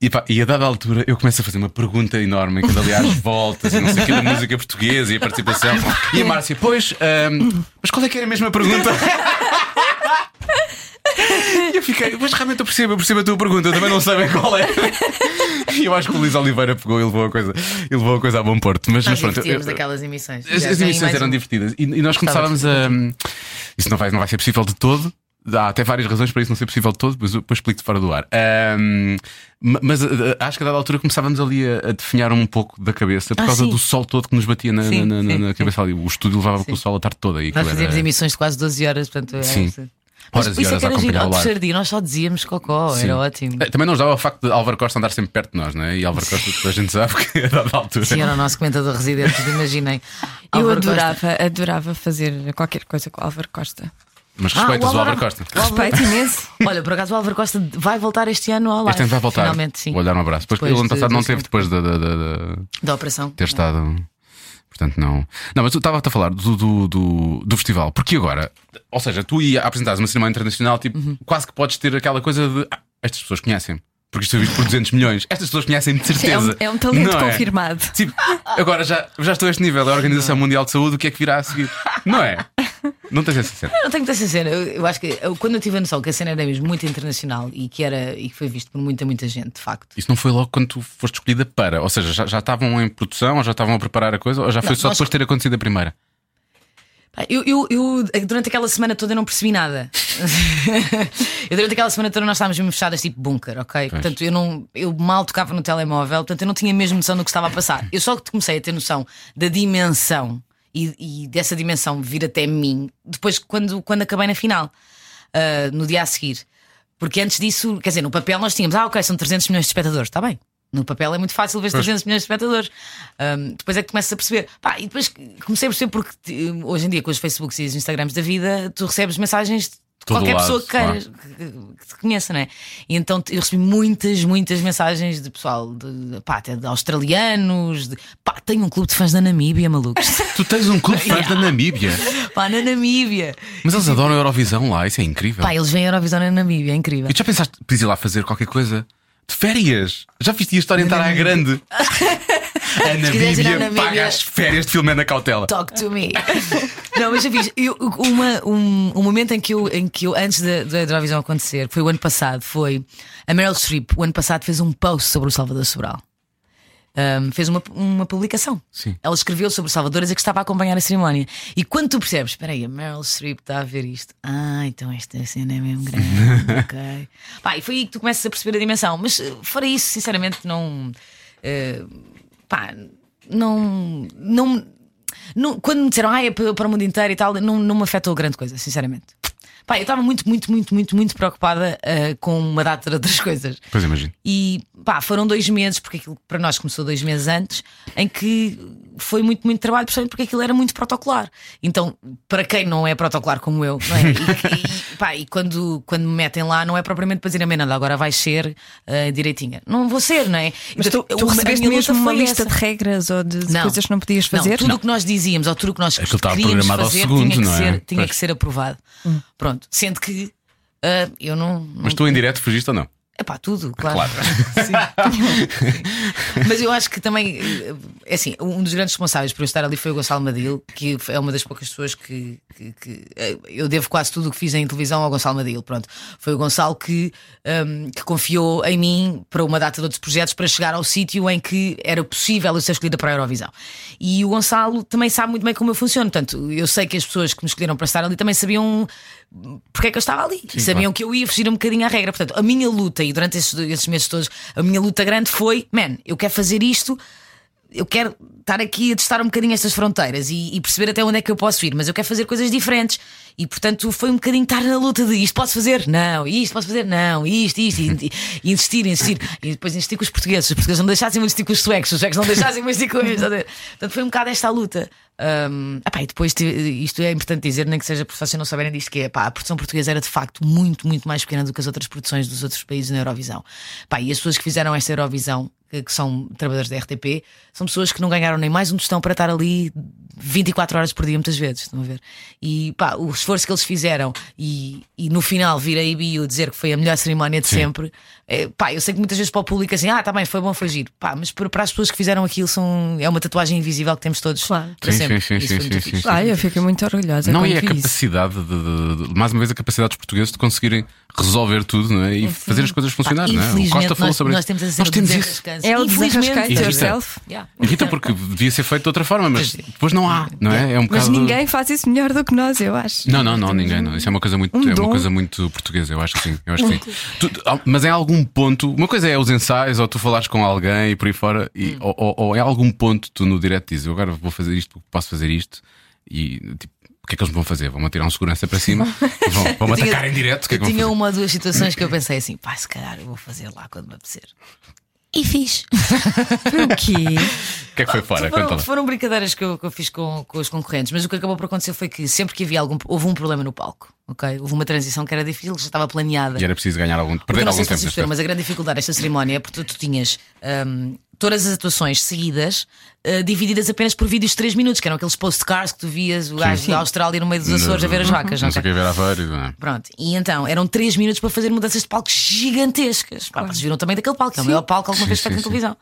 E, pá, e a dada altura eu começo a fazer uma pergunta enorme, que aliás voltas e não sei o que da música portuguesa e a participação. E a Márcia, pois, ahm, mas qual é que era a mesma pergunta? E eu fiquei, mas realmente eu percebo, eu percebo a tua pergunta, eu também não sei bem qual é. E eu acho que o Luís Oliveira pegou e levou a coisa, e levou a coisa a bom porto. Mas, mas Nós pronto, eu- divertíamos aquelas emissões. as, Já as tem emissões mais eram um. divertidas e, e nós Gostava de começávamos a. Isso não vai, não vai ser possível de todo. Há até várias razões para isso não ser possível de todo, mas eu depois explico-te fora do ar. Ahm, ma- mas ah, ah, acho que a dada altura começávamos ali a, a definhar um pouco da cabeça por Ah, causa sim. do sol todo que nos batia na, Sim, na- na- sim, na sim. cabeça ali. O estúdio levava com o sol a tarde toda. E Nós aquilo fazíamos era emissões de quase 12 horas, portanto. é era- Sim. Mas horas por e isso é horas que a era giro. acompanhar Ao o live. terceiro dia nós só dizíamos cocó, Sim. era ótimo. Eh, Também nos dava o facto de Álvaro Costa andar sempre perto de nós, né? E Álvaro Costa, toda a gente sabe que é a dada altura. Sim, era o nosso comentador residente, imaginem. Eu Álvaro Costa. adorava, adorava fazer qualquer coisa com o Álvaro Costa. Mas Ah, o respeitas o Álvaro Álvaro- Costa. o Álvaro- Respeito imenso. Olha, por acaso o Álvaro Costa vai voltar este ano ao live. Este ano vai voltar. Finalmente, sim. Vou lhe dar um abraço. Depois, Depois o ano de- passado não do- teve, depois da- da- da- da, Da operação. ter estado. Portanto, não. Não, mas tu estava a falar do, do, do, do festival, porque agora, ou seja, tu ia apresentares uma cinema internacional, tipo, Uhum. quase que podes ter aquela coisa de "Ah, estas pessoas conhecem, porque isto é visto por 200 milhões, estas pessoas conhecem de É um, certeza. é um talento Não é? confirmado. Tipo, agora já, já estou a este nível, a Organização Mundial de Saúde, o que é que virá a seguir? Não é? Não tens essa cena. Eu tenho muita essa cena. Eu, eu acho que eu- quando eu tive a noção que a cena era mesmo muito internacional e que, era, e que foi visto por muita, muita gente, de facto. Isso não foi logo quando tu foste escolhida para, ou seja, já, já estavam em produção, ou já estavam a preparar a coisa, ou já foi Não, só nós- depois de ter acontecido a primeira? Pá, Ah, Eu, eu- eu, eh, durante aquela semana toda eu não percebi nada. eu durante aquela semana toda nós estávamos mesmo fechadas tipo bunker, ok? Portanto, eu não eu mal tocava no telemóvel, portanto eu não tinha mesmo noção do que estava a passar. Eu só que comecei a ter noção da dimensão e, e dessa dimensão vir até mim depois quando, quando acabei na final, ah, no dia a seguir. Porque antes disso, quer dizer, no papel nós tínhamos, ah, ok, são 300 milhões de espectadores, está bem. No papel é muito fácil ver 300 milhões de espectadores. Ahm, depois é que começas a perceber. Pá, e depois comecei a perceber porque eh, hoje em dia, com os Facebooks e os Instagrams da vida, tu recebes mensagens de Todo qualquer lado, pessoa que queiras, que, que te conheça, não é? E então eu recebi muitas, muitas mensagens de pessoal, de, pá, até de australianos, de, pá, tenho um clube de fãs da Namíbia, malucos. Tu tens um clube de fãs da Namíbia. pá, na Namíbia. Mas eles adoram a Eurovisão lá, isso é incrível. Pá, eles vêm à Eurovisão na Namíbia, é incrível. E tu já pensaste, podias ir lá fazer qualquer coisa? De férias? Já viste isto orientar à grande? A quiseres ir à Namíbia Namíbia. paga as férias de filme na cautela. Talk to me. Não, mas já fiz. Eu, uma, um, um momento em que eu, em que eu antes da da Eurovisão acontecer, que foi o ano passado, foi a Meryl Streep, o ano passado, fez um post sobre o Salvador Sobral. Um, fez uma, uma publicação. Sim. Ela escreveu sobre o Salvador a dizer que estava a acompanhar a cerimónia. E quando tu percebes, espera aí, a Meryl Streep está a ver isto. Ah, então esta cena é mesmo grande. ok. Pá, e foi aí que tu começas a perceber a dimensão. Mas eh, fora isso, sinceramente, não. eh, pá, não. não, não- quando me disseram, ah, é para para o mundo inteiro e tal, não, não me afetou grande coisa, sinceramente. Pá, eu estava muito, muito, muito, muito, muito preocupada eh, com uma data de outras coisas. Pois imagino. E pá, foram dois meses, porque aquilo para nós começou dois meses antes, em que foi muito, muito trabalho, principalmente porque aquilo era muito protocolar. Então, para quem não é protocolar como eu, não é? E, e, pá, e quando, quando me metem lá, não é propriamente para dizer a nada, agora vais ser ah, direitinha. Não vou ser, não é? Mas tu, Então, tu eu- a recebeste minha luta mesmo uma foi lista essa. de regras ou de de coisas que não podias Não, fazer? tudo o que nós dizíamos ou tudo o que nós Aquilo estava queríamos programado ao fazer segundo, tinha, que não é? ser, tinha Pois. que ser aprovado. Pronto, sendo que ah, eu não. não Mas tu em direto fugiste ou não? é pá, tudo, claro. Claro. Sim. Mas eu acho que também, eh, é assim, um dos grandes responsáveis por eu estar ali foi o Gonçalo Madil, que é uma das poucas pessoas que, que- que, eh, eu devo quase tudo o que fiz em televisão ao Gonçalo Madil. Pronto, foi o Gonçalo que, ehm, que confiou em mim para uma data de outros projetos para chegar ao sítio em que era possível eu ser escolhida para a Eurovisão. E o Gonçalo também sabe muito bem como eu funciono. Portanto, eu sei que as pessoas que me escolheram para estar ali também sabiam porque é que eu estava ali. E sabiam que eu ia fugir um bocadinho à regra. Portanto, a minha luta, e durante esses, esses meses todos, a minha luta grande foi: man, eu quero fazer isto eu quero estar aqui a testar um bocadinho estas fronteiras e, e perceber até onde é que eu posso ir, mas eu quero fazer coisas diferentes. E portanto foi um bocadinho estar na luta de isto posso fazer? Não, isto posso fazer? Não, isto, isto, e, e insistir, insistir. E depois insistir com os portugueses, os portugueses não deixassem-me insistir com os suecos, os suecos não deixassem-me insistir com eles. Portanto foi um bocado esta a luta. Hum, epá, e depois, te- isto é importante dizer, nem que seja por vocês não saberem disto, que é, pá, a produção portuguesa era de facto muito, muito mais pequena do que as outras produções dos outros países na Eurovisão. Pá, e as pessoas que fizeram esta Eurovisão, que, que são trabalhadores da RTP, são pessoas que não ganharam nem mais um tostão para estar ali 24 horas por dia, muitas vezes, estão a ver? E pá, o esforço que eles fizeram e, e no final vir a IBU dizer que foi a melhor cerimónia de sempre, é, pá, eu sei que muitas vezes para o público é assim, ah, tá bem, foi bom, foi giro, pá, mas para, para as pessoas que fizeram aquilo são, é uma tatuagem invisível que temos todos Claro. para Sim, sempre. sim, sim, Isso foi sim, muito sim, fixe. sim. Ah, eu fiquei muito orgulhosa. é Não, quando e a vi isso. capacidade de, de- de- mais uma vez, a capacidade dos portugueses de conseguirem resolver tudo não é? e fazer as coisas Pá, funcionarem. não é? O infelizmente, Costa falou nós, sobre nós isso. temos a cena Nós do temos isso. desenrascanço. É o Infelizmente. desenrasqueite Irrita. yourself. Yeah. Irrita porque devia ser feito de outra forma, mas Mas- depois não há, não é? É um Mas bocado- ninguém faz isso melhor do que nós, eu acho. Não, não, não, ninguém. Não. Isso é uma coisa muito, Um é uma dom. coisa muito portuguesa, eu acho que sim. Eu acho que sim. Tu- tu- ah, mas em algum ponto, uma coisa é os ensaios, ou tu falares com alguém e por aí fora, Hum. e, ou, ou, ou em algum ponto tu no direto dizes eu agora vou fazer isto porque posso fazer isto, e tipo, o que é que eles vão fazer? Vão tirar um segurança para cima, vão, vão tinha- atacar em direto, o que é que vão Eu fazer? tinha um uma ou duas situações que eu pensei assim, pá, se calhar eu vou fazer lá quando me apetecer. E fiz. Foi o quê? O que é que foi fora? Conta Ah, Foram, lá. foram brincadeiras que eu, que eu fiz com, com os concorrentes, mas o que acabou por acontecer foi que sempre que havia algum. houve um problema no palco, ok? Houve uma transição que era difícil, já estava planeada. E era preciso ganhar algum, Porque perder não sei algum se vocês tempo. neste caso. perceberam, mas a grande dificuldade desta cerimónia é porque tu, tu tinhas hum, todas as atuações seguidas, eh, divididas apenas por vídeos de 3 minutos, que eram aqueles postcards que tu vias o gajo da Austrália no meio dos Açores a ver as vacas, Não não sei o é? que é ver a ver, não é? Pronto, e então eram 3 minutos para fazer mudanças de palco gigantescas. Pá, Vocês viram também daquele palco, que é o maior palco alguma vez sim, feito na sim. televisão.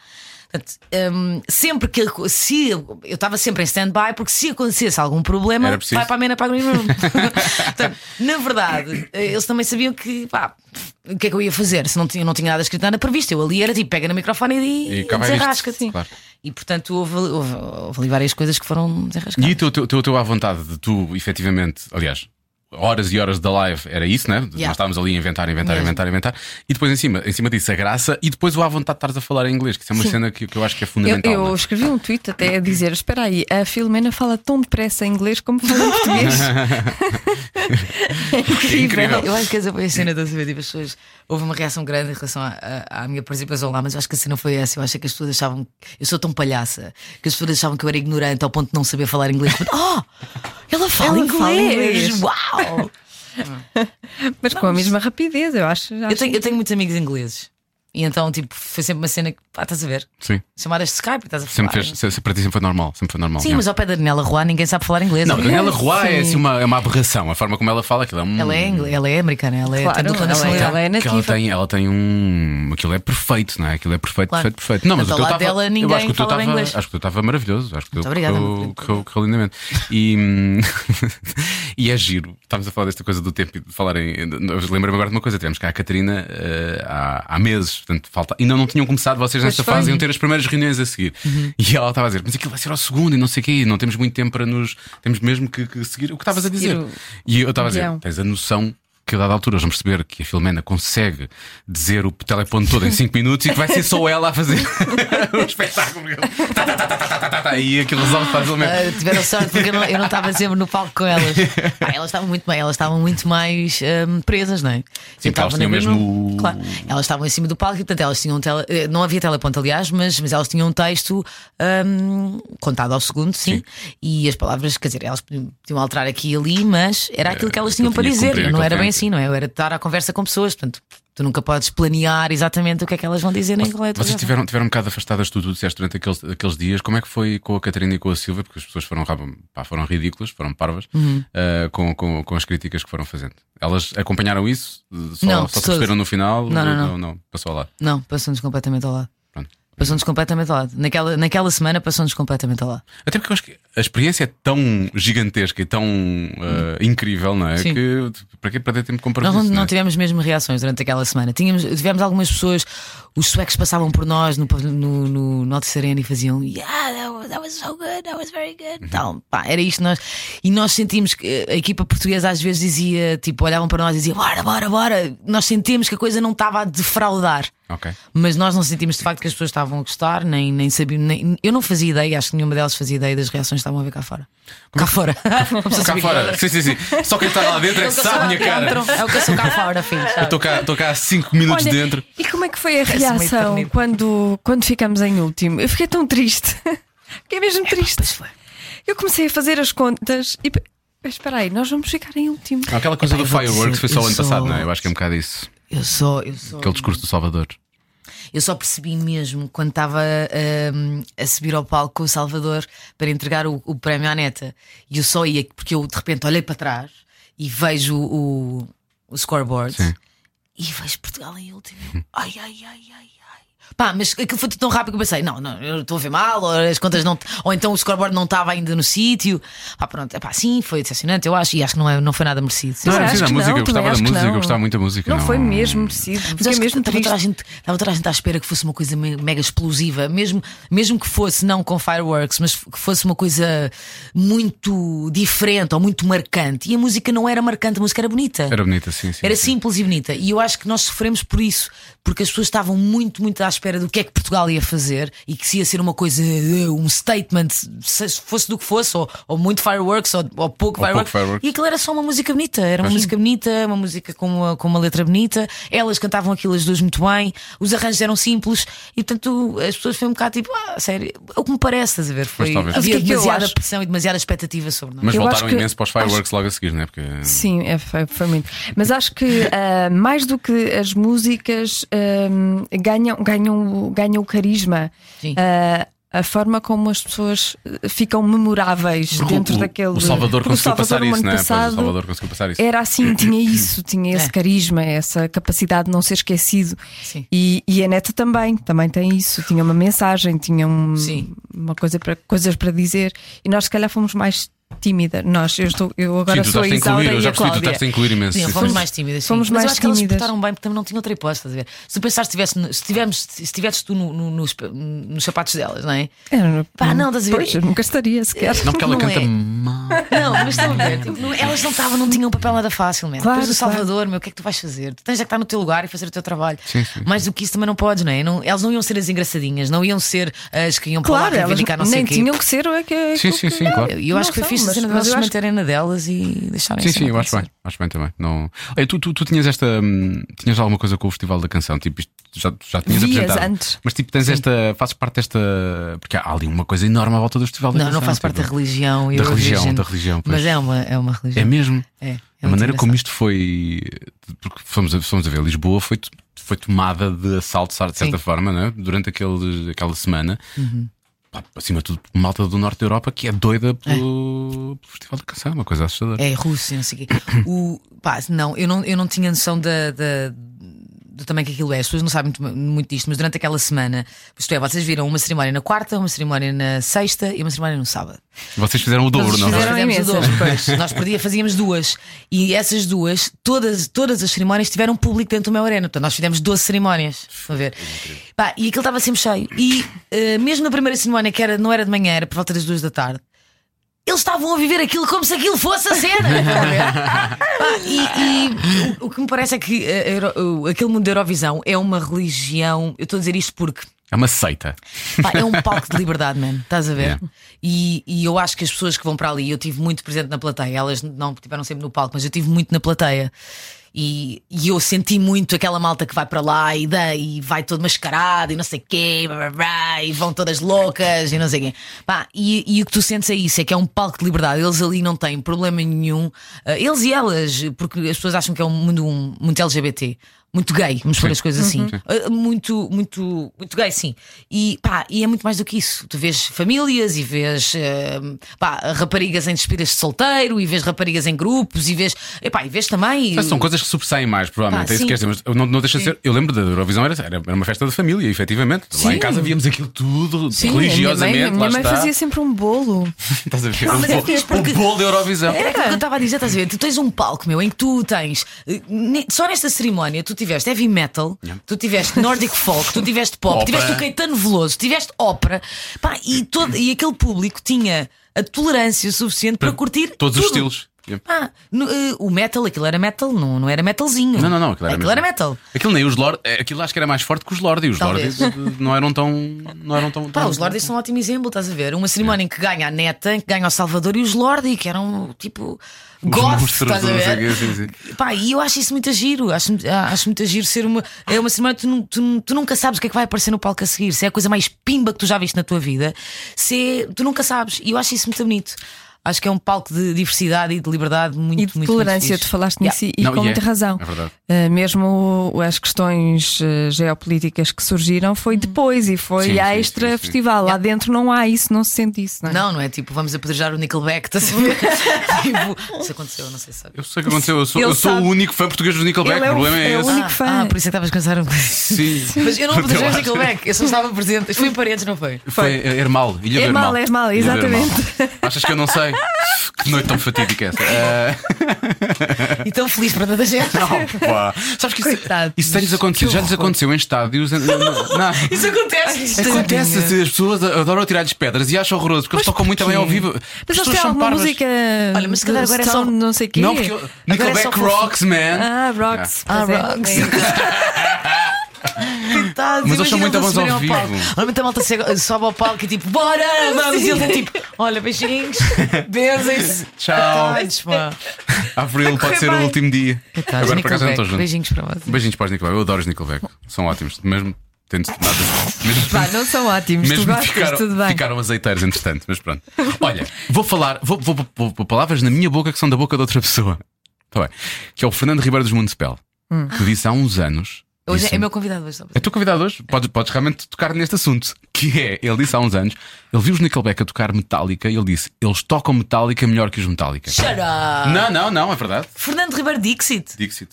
Portanto, hum, sempre que se eu estava sempre em stand-by, porque se acontecesse algum problema, Era preciso. vai para a mena para a green room. Portanto, na verdade, eh, eles também sabiam que pá, o que é que eu ia fazer se não tinha, não tinha nada escrito nada previsto. Eu ali era tipo, pega no microfone e, E e cá vai isto, desenrasca. Sim. claro. E portanto houve, houve, houve ali várias coisas que foram desenrascadas. E o teu, teu, teu, teu à vontade de tu, efetivamente, aliás, horas e horas da live era isso, né? Nós estávamos ali a inventar, inventar, Mesmo. inventar, inventar. E depois em cima, em cima disso a graça e depois o à vontade de estares a falar em inglês, que isso é uma cena que, que eu acho que é Eu, fundamental. eu né? não é? escrevi um tweet até a dizer: Espera aí, a Filomena fala tão depressa em inglês como fala em português. É incrível. Eu acho que essa foi a cena da Silvia. Tipo, as pessoas. Houve uma reação grande em relação à- à, à minha participação lá, mas eu acho que a cena foi essa. Eu acho que as pessoas achavam. Eu sou tão palhaça que as pessoas achavam que eu era ignorante ao ponto de não saber falar inglês. Mas, oh! Ela fala Ela inglês! fala inglês. Uau! Mas com a mesma rapidez, eu acho. eu, tenho, eu tenho muitos amigos ingleses. E então, tipo, foi sempre uma cena que. Pá, estás a ver? Sim. Chamadas de Skype, estás a falar. Sempre fez, se- se- para ti sempre foi normal, sempre foi normal. Sim, mas ao pé da Daniela Roa ninguém sabe falar inglês. Não, Daniela Roy é Sim. assim uma, é uma aberração, a forma como ela fala, aquilo é um. Ela é, ingle- ela é americana, ela é. Claro, tem dupla ela é- nacionalidade. ela é que ela nativa. tem, ela tem um. Aquilo é perfeito, não é? Aquilo é perfeito, Claro. perfeito, perfeito. Não, mas Portanto, o ao teu estava. lado dela eu acho que ninguém o teu fala estava. inglês. Acho que o teu estava maravilhoso. Acho que o teu obrigada, correu muito correu- correu lindamente. E, hum, e é giro. Estávamos a falar desta coisa do tempo e de falar em. eu Lembrei-me agora de uma coisa. Tivemos cá a Catarina eh, há, há meses. Portanto, falta, ainda não tinham começado vocês nesta foi. fase. Iam ter as primeiras reuniões a seguir. E ela estava a dizer: Mas aquilo vai ser ao segundo e não sei o quê. Não temos muito tempo para nos. Temos mesmo que, que seguir o que estavas a Seguir dizer. o- E eu estava a dizer: Então. Guião. Tens a noção que a dada altura eles vão perceber que a Filomena consegue dizer o telefone todo em 5 minutos e que vai ser só ela a fazer o espetáculo. Tá, tá, tá, tá, tá, tá, tá, tá. E aquilo resolve facilmente. Ah, tiveram sorte porque eu não- eu não estava sempre no palco com elas. Pá, elas estavam muito bem, elas estavam muito mais ahm, presas, não é? Sim, Eu porque elas estava na tinham mesma- mesmo o- Claro, elas estavam em cima do palco e, portanto, elas tinham. um tele- eh, Não havia teleponto, aliás, mas, mas elas tinham um texto ahm, contado ao segundo, sim, E as palavras, quer dizer, elas podiam podiam alterar aqui e ali, mas era aquilo que elas aquilo tinham para É, tinha que dizer. cumprir não aquele era bem tempo. assim, não é? Eu era estar à conversa com pessoas, portanto. Tu nunca podes planear exatamente o que é que elas vão dizer nem qual é a tua Vocês reação. tiveram, tiveram um bocado afastadas de tudo, disseste durante aqueles, aqueles dias. Como é que foi com a Catarina e com a Silvia? Porque as pessoas foram, raba- pá, foram ridículas, foram parvas Uhum. ah, com, com, com as críticas que foram fazendo. Elas acompanharam isso? Só, Não, só se todas. perceberam no final? Não, não, não. Passou lá. Não, passou-nos completamente ao lado. Pronto. Passou-nos completamente ao lado. Naquela, naquela semana passou-nos completamente ao lado. Até porque eu acho que a experiência é tão gigantesca e tão ah, incrível, não é? Sim. Que tipo, para que perder tempo com Nós não, isso, não é? tivemos mesmo reações durante aquela semana. Tínhamos, tivemos algumas pessoas, os suecos passavam por nós no, pav- no, no Norte Serena e faziam Yeah, that was, that was so good, that was very good. Então, pá, era isto. Nós, e nós sentimos que eh, a equipa portuguesa às vezes dizia, tipo, olhavam para nós e diziam bora, bora, bora. Nós sentimos que a coisa não estava a defraudar. Ok. Mas nós não sentimos de facto que as pessoas estavam a gostar, nem, nem sabíamos. nem- eu não fazia ideia, acho que nenhuma delas fazia ideia das reações que estavam a ver cá fora. Cá fora. é Cá fora. Sim, sim, sim. Só quem está lá dentro é que sabe a minha cara. É o que eu sou cá fora, filho. Eu estou cá, estou cá há 5 minutos Olha, dentro. E como é que foi a Parece uma reação eternidade. quando, quando ficamos em último? Eu fiquei tão triste. Fiquei mesmo triste. É, pois foi. Eu comecei a fazer as contas e. pe- Mas espera aí, nós vamos ficar em último. Não, Aquela coisa Epá, do eu vou dizer, fireworks foi só eu o ano passado, sou- não é? Eu acho que é um bocado isso. Eu sou, eu sou. Aquele discurso do Salvador. Eu só percebi mesmo quando estava hum, a subir ao palco com o Salvador para entregar o, o prémio à neta. E eu só ia, porque eu de repente olhei para trás e vejo o, o scoreboard Sim. e vejo Portugal em último. Ai, ai, ai, ai, ai. Pá, mas aquilo foi tudo tão rápido que eu pensei: não, não, eu estou a ver mal, ou as contas não. Ou então o scoreboard não estava ainda no sítio. Pá, pronto, é pá, sim, foi decepcionante, eu acho, e acho que não, é, não foi nada merecido. Não, era acho preciso a que música, não, eu gostava também da acho que música, eu não. gostava muito da música. Não, foi mesmo merecido. Mas Fiquei acho que é mesmo estava toda, a triste. gente, estava toda a gente à espera que fosse uma coisa me- mega explosiva, mesmo, mesmo que fosse não com fireworks, mas que fosse uma coisa muito diferente ou muito marcante. E a música não era marcante, a música era bonita. Era bonita, sim, sim. Era assim, sim. simples e bonita. E eu acho que nós sofremos por isso, porque as pessoas estavam muito, muito à espera do que é que Portugal ia fazer e que se ia ser uma coisa, eh, um statement, se fosse do que fosse, ou, ou muito fireworks, ou, ou pouco Ou pouco fireworks. fireworks. E aquilo era só uma música bonita. Era uma música bonita, uma música com uma, com uma letra bonita. Elas cantavam aquilo as duas muito bem, os arranjos eram simples e, portanto, as pessoas foi um bocado tipo, ah, sério, é o que me parece, estás a ver? Foi, talvez. Mas o que havia é que eu demasiada acho? pressão e demasiada expectativa sobre nós. Mas Eu voltaram acho que- imenso para os fireworks logo a seguir, não é? Porque. Sim, é, foi, foi muito. Mas acho que ah, mais do que as músicas ahm, ganham, ganham, o- ganham o carisma. Sim. Ah, a forma como as pessoas eh, ficam memoráveis Porque dentro o, daquele. o Salvador Porque o conseguiu passar Salvador, o isso, ano não é? Pois, passado, o Salvador conseguiu passar isso. Era assim, tinha isso, tinha esse É. carisma, essa capacidade de não ser esquecido. Sim. E, e a neta também, também tem isso, tinha uma mensagem, tinha um- Sim. uma coisa para, coisas para dizer. E nós, se calhar, fomos mais tímida. Nós, eu, estou, eu Sim, agora tu sou a estás a Isaura incluir, eu e já percebi, a tu Cláudia. estás a incluir imenso. Sim, sim, fomos sim. mais tímidas. sim. fomos Mas mais eu acho que elas se tímidas. portaram bem porque também não tinham outra hipótese. estás a ver? Se tu pensares, se tivesse, no- se tivemos, se tivesse tu no- no- nos, nos sapatos delas, não é? Era- Pá, não, estás a ver? Pois, eu nunca estaria sequer. Não, porque ela Não canta é. mal. Não, mas estão a ver. tipo, não- elas não estavam, não tinham papel nada fácil, mesmo. Claro, Depois o claro. Salvador, meu, o que é que tu vais fazer? Tu tens é que estar no teu lugar e fazer o teu trabalho. Sim, sim. Mais do que isso também não podes, não é? Não- elas não iam ser as engraçadinhas, não iam ser as que iam Claro, para lá elas reivindicar não sei nem o quê. tinham que ser. É que, Sim, sim, sim, claro. Eu acho que foi Não fixe são, mas- mas, mas eu elas acho- manterem na delas e deixarem Sim, isso sim, eu acho bem. acontecer. Acho bem também. Não... Olha, tu, tu, tu tinhas esta. hum, Tinhas alguma coisa com o Festival da Canção? Tipo, isto já, já tinhas Dias apresentado. antes. Mas tipo, tens esta. Fazes parte desta. Porque há ali uma coisa enorme à volta do Festival da Não, Canção. não faço parte tipo, da religião. da eu religião, origino- da religião, pois. Mas é uma, é uma religião. É mesmo. É, é a muito maneira como engraçado. isto foi. Porque fomos a, fomos a ver Lisboa, foi, to- foi tomada de assalto, de certa Sim. Uhum. forma, né? durante aquele, aquela semana. Pá, acima de tudo, malta do norte da Europa que é doida pelo, pelo Festival da Canção, uma coisa assustadora. É russo, não sei o quê. O, pá, não, eu não, eu não tinha noção da. da- do tamanho que aquilo é, as pessoas não sabem muito, muito disto, mas durante aquela semana, isto é, vocês viram uma cerimónia na quarta, uma cerimónia na sexta e uma cerimónia no sábado. Vocês fizeram o dobro, Vocês não Nós é? Fizeram fizemos o imensas. dobro. Nós por dia fazíamos duas. E essas duas, todas, todas as cerimónias tiveram público dentro do meu arena. Portanto, nós fizemos 12 cerimónias. Estão a ver? Pá, e aquilo estava sempre cheio. E eh, mesmo na primeira cerimónia, que era, não era de manhã, era por volta das duas da tarde. Eles estavam a viver aquilo como se aquilo fosse a cena. estão a ver? Pá, e, e o, o que me parece é que eh, Euro- o- aquele mundo da Eurovisão é uma religião. Eu estou a dizer isto porque É uma seita. Pá, é um palco de liberdade, mano. Estás a ver? Yeah. E, e eu acho que as pessoas que vão para ali, eu tive muito presente na plateia, elas não estiveram sempre no palco, mas eu tive muito na plateia. E, e eu senti muito aquela malta que vai para lá e, dá, e vai todo mascarado e não sei quê, blá, blá, blá, e vão todas loucas e não sei quê. Pá, e, e o que tu sentes é isso: é que é um palco de liberdade. Eles ali não têm problema nenhum, eh, eles e elas, porque as pessoas acham que é um mundo um- muito LGBT, muito gay, vamos Sim. pôr Uhum. as coisas coisas assim. Ah, Muito, muito, muito gay, sim. E, pá, e é muito mais do que isso. Tu vês famílias e vês eh, pá, raparigas em despidas de solteiro e vês raparigas em grupos e vês. Epá, e vês também. Mas Ah, são coisas que sobressaem mais, provavelmente. Pá, é isso sim. que queres dizer, mas não, não deixa de ser. Eu lembro da Eurovisão, era, era era uma festa de família, efetivamente. Lá em Sim. casa víamos aquilo tudo Sim, a minha religiosamente. Minha mãe, a minha lá mãe está. fazia sempre um bolo. Estás a ver? Não, o, mas é bolo- fixe, porque- o bolo da Eurovisão. Era aquilo que eu estava a dizer, estás a ver? Tu tens um palco, meu, em que tu tens. eh, ne- Só nesta cerimónia tu tiveste heavy metal, tu tiveste Nordic folk, tu tiveste pop, Ópera. tiveste o Caetano Veloso, tiveste ópera, pá, e, todo, e aquele público tinha a tolerância suficiente para, curtir Todos os tudo. estilos. Yep. Ah, no, eh, o metal, aquilo era metal, não, não era metalzinho. Não, não, não, aquilo era metal. Aquilo nem os Lord, eh, aquilo acho que era mais forte que os Lordi. Os Talvez. Lordi eh, não eram tão. Não eram tão, Pá, tão- os Lordis são um ótimo exemplo, estás a ver? Uma cerimónia em que ganha a neta, em que ganha o Salvador e os Lordi, que eram tipo. Os Goth, monstros, estás a não sei o ver? quê, sim, sim. Pá, e eu acho isso muito giro. Acho, acho muito giro ser uma. É uma cerimónia que tu, nu- tu nu- tu nunca sabes o que é que vai aparecer no palco a seguir. Se é a coisa mais pimba que tu já viste na tua vida, se é- tu nunca sabes. E eu acho isso muito bonito. Acho que é um palco de diversidade e de liberdade muito, E de muito tolerância, muito tu fixe. falaste nisso e- e Não, e com é. muita razão. É verdade. Uh, mesmo as questões uh, geopolíticas que surgiram Uhum. foi depois e foi Sim, a sim, extra sim, sim. festival. Lá dentro não há isso, não se sente isso, não é? Não, não é tipo, vamos apedrejar o Nickelback, estás a ver? tipo, isso aconteceu, não sei se sabe. Eu sei o que aconteceu, eu sou, Ele eu sou o sabe. único fã português do Nickelback, Ele é o o- problema é, é o esse. único fã. Ah, por isso é que estavas a pensar. Sim. Mas eu não apedrejei Eu o acho. Nickelback, eu só estava presente. Foi em parentes, não foi? Foi Ermal, Ilha do Ermal, Ermal. Ermal, Ilha do Ermal. é exatamente. Achas que eu não sei? Que noite tão fatídica é essa? Eh, E tão feliz para tanta gente. não, pá. Sabes que isso, Coitados. isso tem-lhes acontecido. Já lhes aconteceu em estádios. em- Não, Isso acontece. acontece, as pessoas adoram tirar-lhes pedras e acham horroroso porque eles tocam muito bem ao vivo. Mas as eles têm pessoas são alguma parvas. música. Olha, mas se calhar agora é Stone, só- Não sei quê. Não, porque eu- só Nickelback fofinho. rocks, man. Ah, Rocks. Ah, pois é. Rocks. É. Coitados, Mas eles são imagina muito eles bons a subirem ao vivo. palco. Normalmente a malta chega- sobe ao palco e tipo, bora, vamos. E eles é tipo, olha, beijinhos, benzem-se. Tchau. Coitados, pá. Avril pode ser o bem. último dia. Coitados, Agora por acaso eu não estou Nickelback. junto. Beijinhos para vocês. Beijinhos para os Nickelback. Eu adoro os Nickelback. São ótimos. Mesmo tendo nada. Mesmo, Pá, não são ótimos. tu mesmo gostas, ficaram, tudo bem. ficaram azeiteiros, entretanto. Mas pronto. Olha, vou falar. Vou, vou, vou- vou pôr palavras na minha boca que são da boca de outra pessoa. Está bem. Que é o Fernando Ribeiro dos Mundespel. Que disse há uns anos. Hoje é disse-me- meu convidado, hoje só para é teu convidado hoje, podes, podes realmente tocar neste assunto. Que é, ele disse há uns anos, ele viu os Nickelback a tocar Metallica e ele disse: eles tocam Metallica melhor que os Metallica. saber. Xará. Ah. Não, não, não, é verdade. Fernando Ribeiro Dixit. Dixit.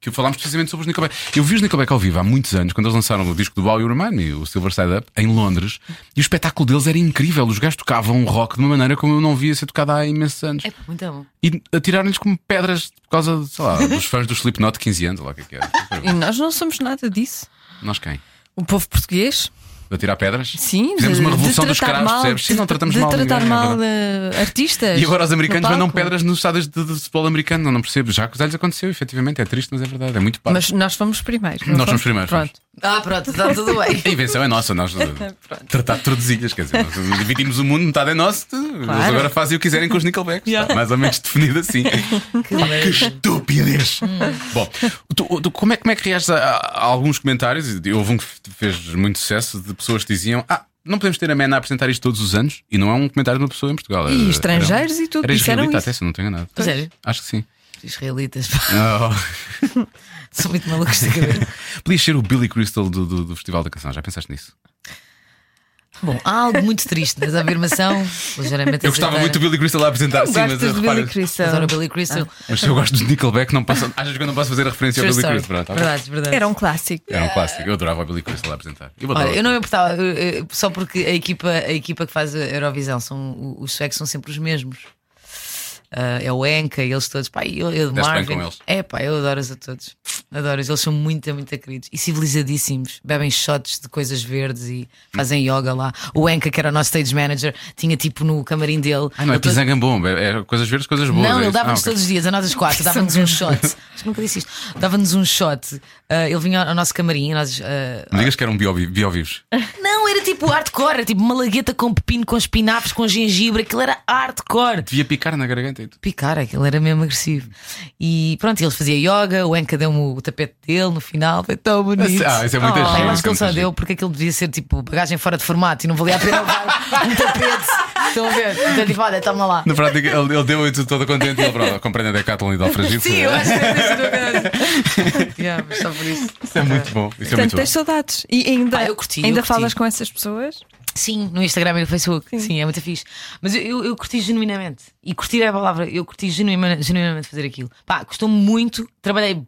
Que falámos precisamente sobre os Nickelback. Eu vi os Nickelback ao vivo há muitos anos, quando eles lançaram o disco do Wow Your Man e o Silver Side Up, em Londres, e o espetáculo deles era incrível. Os gajos tocavam rock de uma maneira como eu não via ser tocada há imensos anos. É pá, muito bom. E atiraram-lhes como pedras por causa, sei lá, dos fãs do Slipknot de 15 anos, sei lá o que é que E era. nós não somos nada disso. Nós quem? O povo português, De atirar pedras? sim. Fizemos de- uma revolução de dos tratar caras, mal, percebes? Sim, não tratamos de, mal De tratar ninguém, é mal eh, artistas. E agora os americanos no mandam palco. pedras nos estádios de, de futebol americano, não, não percebo. Já que já lhes aconteceu, efetivamente, é triste, mas é verdade, é muito pá. Mas nós fomos primeiros. não Nós fomos fomos? primeiros, Pronto. Ah, pronto, está tudo bem. A invenção é nossa, nós tratar de tordesilhas, quer dizer, nós dividimos o mundo, metade é nosso, eles agora fazem o que quiserem com os Nickelbacks. Está mais ou menos definido assim. que estupidez! Hum. Bom, tu- tu- como, é, como é que reages a, a- a alguns comentários? E Houve um que fez muito sucesso de pessoas que diziam: Ah, não podemos ter a MENA a apresentar isto todos os anos, e não é um comentário de uma pessoa em Portugal. E estrangeiros e tudo, Era disseram israelita, isso. até se eu não tenho nada. Sério? Acho que sim. é, Israelitas, pá, Oh. são muito malucos de cabeça. Podias ser o Billy Crystal do, do- do Festival da Canção, já pensaste nisso? Bom, há algo muito triste nessa afirmação. Ligeiramente Eu gostava muito do Billy Crystal a apresentar, sim, mas é. Gostas de repara- Billy Crystal? Adoro Billy Crystal. Mas se eu gosto de Nickelback, não posso, às vezes que eu não posso fazer a referência ao True Billy story. Crystal. Pronto, ok. Verdade, verdade. Era um É clássico. Era um clássico. Eu adorava o Billy Crystal a apresentar. Eu Olha, adorava. eu não me importava, eu- eu- só porque a equipa, a equipa que faz a Eurovisão, são, os suecos são sempre os mesmos. Ah, é o Enka e eles todos. Pá, eu, eu Deste de bem Marvin. com eles. É pá, eu adoro-os a todos. Adoro-os, eles são muito, muito queridos e civilizadíssimos. Bebem shots de coisas verdes e fazem yoga lá. O Enka, que era o nosso stage manager, tinha tipo no camarim dele. Ai, não é ele todo- pisangam bom, é, é coisas verdes, coisas boas. Não, é ele isso. dava-nos Ah, ok. todos os dias, a nós as quatro, dava-nos um shot. Acho que nunca disse isto. Dava-nos um shot. Ah, ele vinha ao, ao nosso camarim, nós. ah, Me digas que eram biovi- biovivos. Não, era tipo hardcore, era tipo uma lagueta com pepino, com espinafres, com gengibre, aquilo era hardcore. Devia picar na garganta e tudo. Picar, aquilo era mesmo agressivo. E pronto, ele fazia yoga, o Enka deu-me o tapete dele no final, foi tão bonito. Ah, isso é muito Pá, giro. eu acho que ele isso é Oh, só muito deu porque aquilo devia ser tipo bagagem fora de formato e não valia a pena levar um tapete. Estão a ver? Então, tipo, olha, toma lá. giro. Na prática, ele, ele deu e tu toda contente e ele, pronto, comprei a Decathlon e do Alfragil. Sim, eu acho que é isso. yeah, mas só por isso. Isso é muito bom. Isso é muito Portanto, bom. tens saudades. E ainda, Ah, eu curti, eu ainda curti. falas com essas pessoas? Sim, no Instagram e no Facebook. Sim, é muito fixe. Mas eu, eu, eu curti genuinamente. E curtir é a palavra. Eu curti genuima- genuinamente fazer aquilo. Pá, custou-me muito. Trabalhei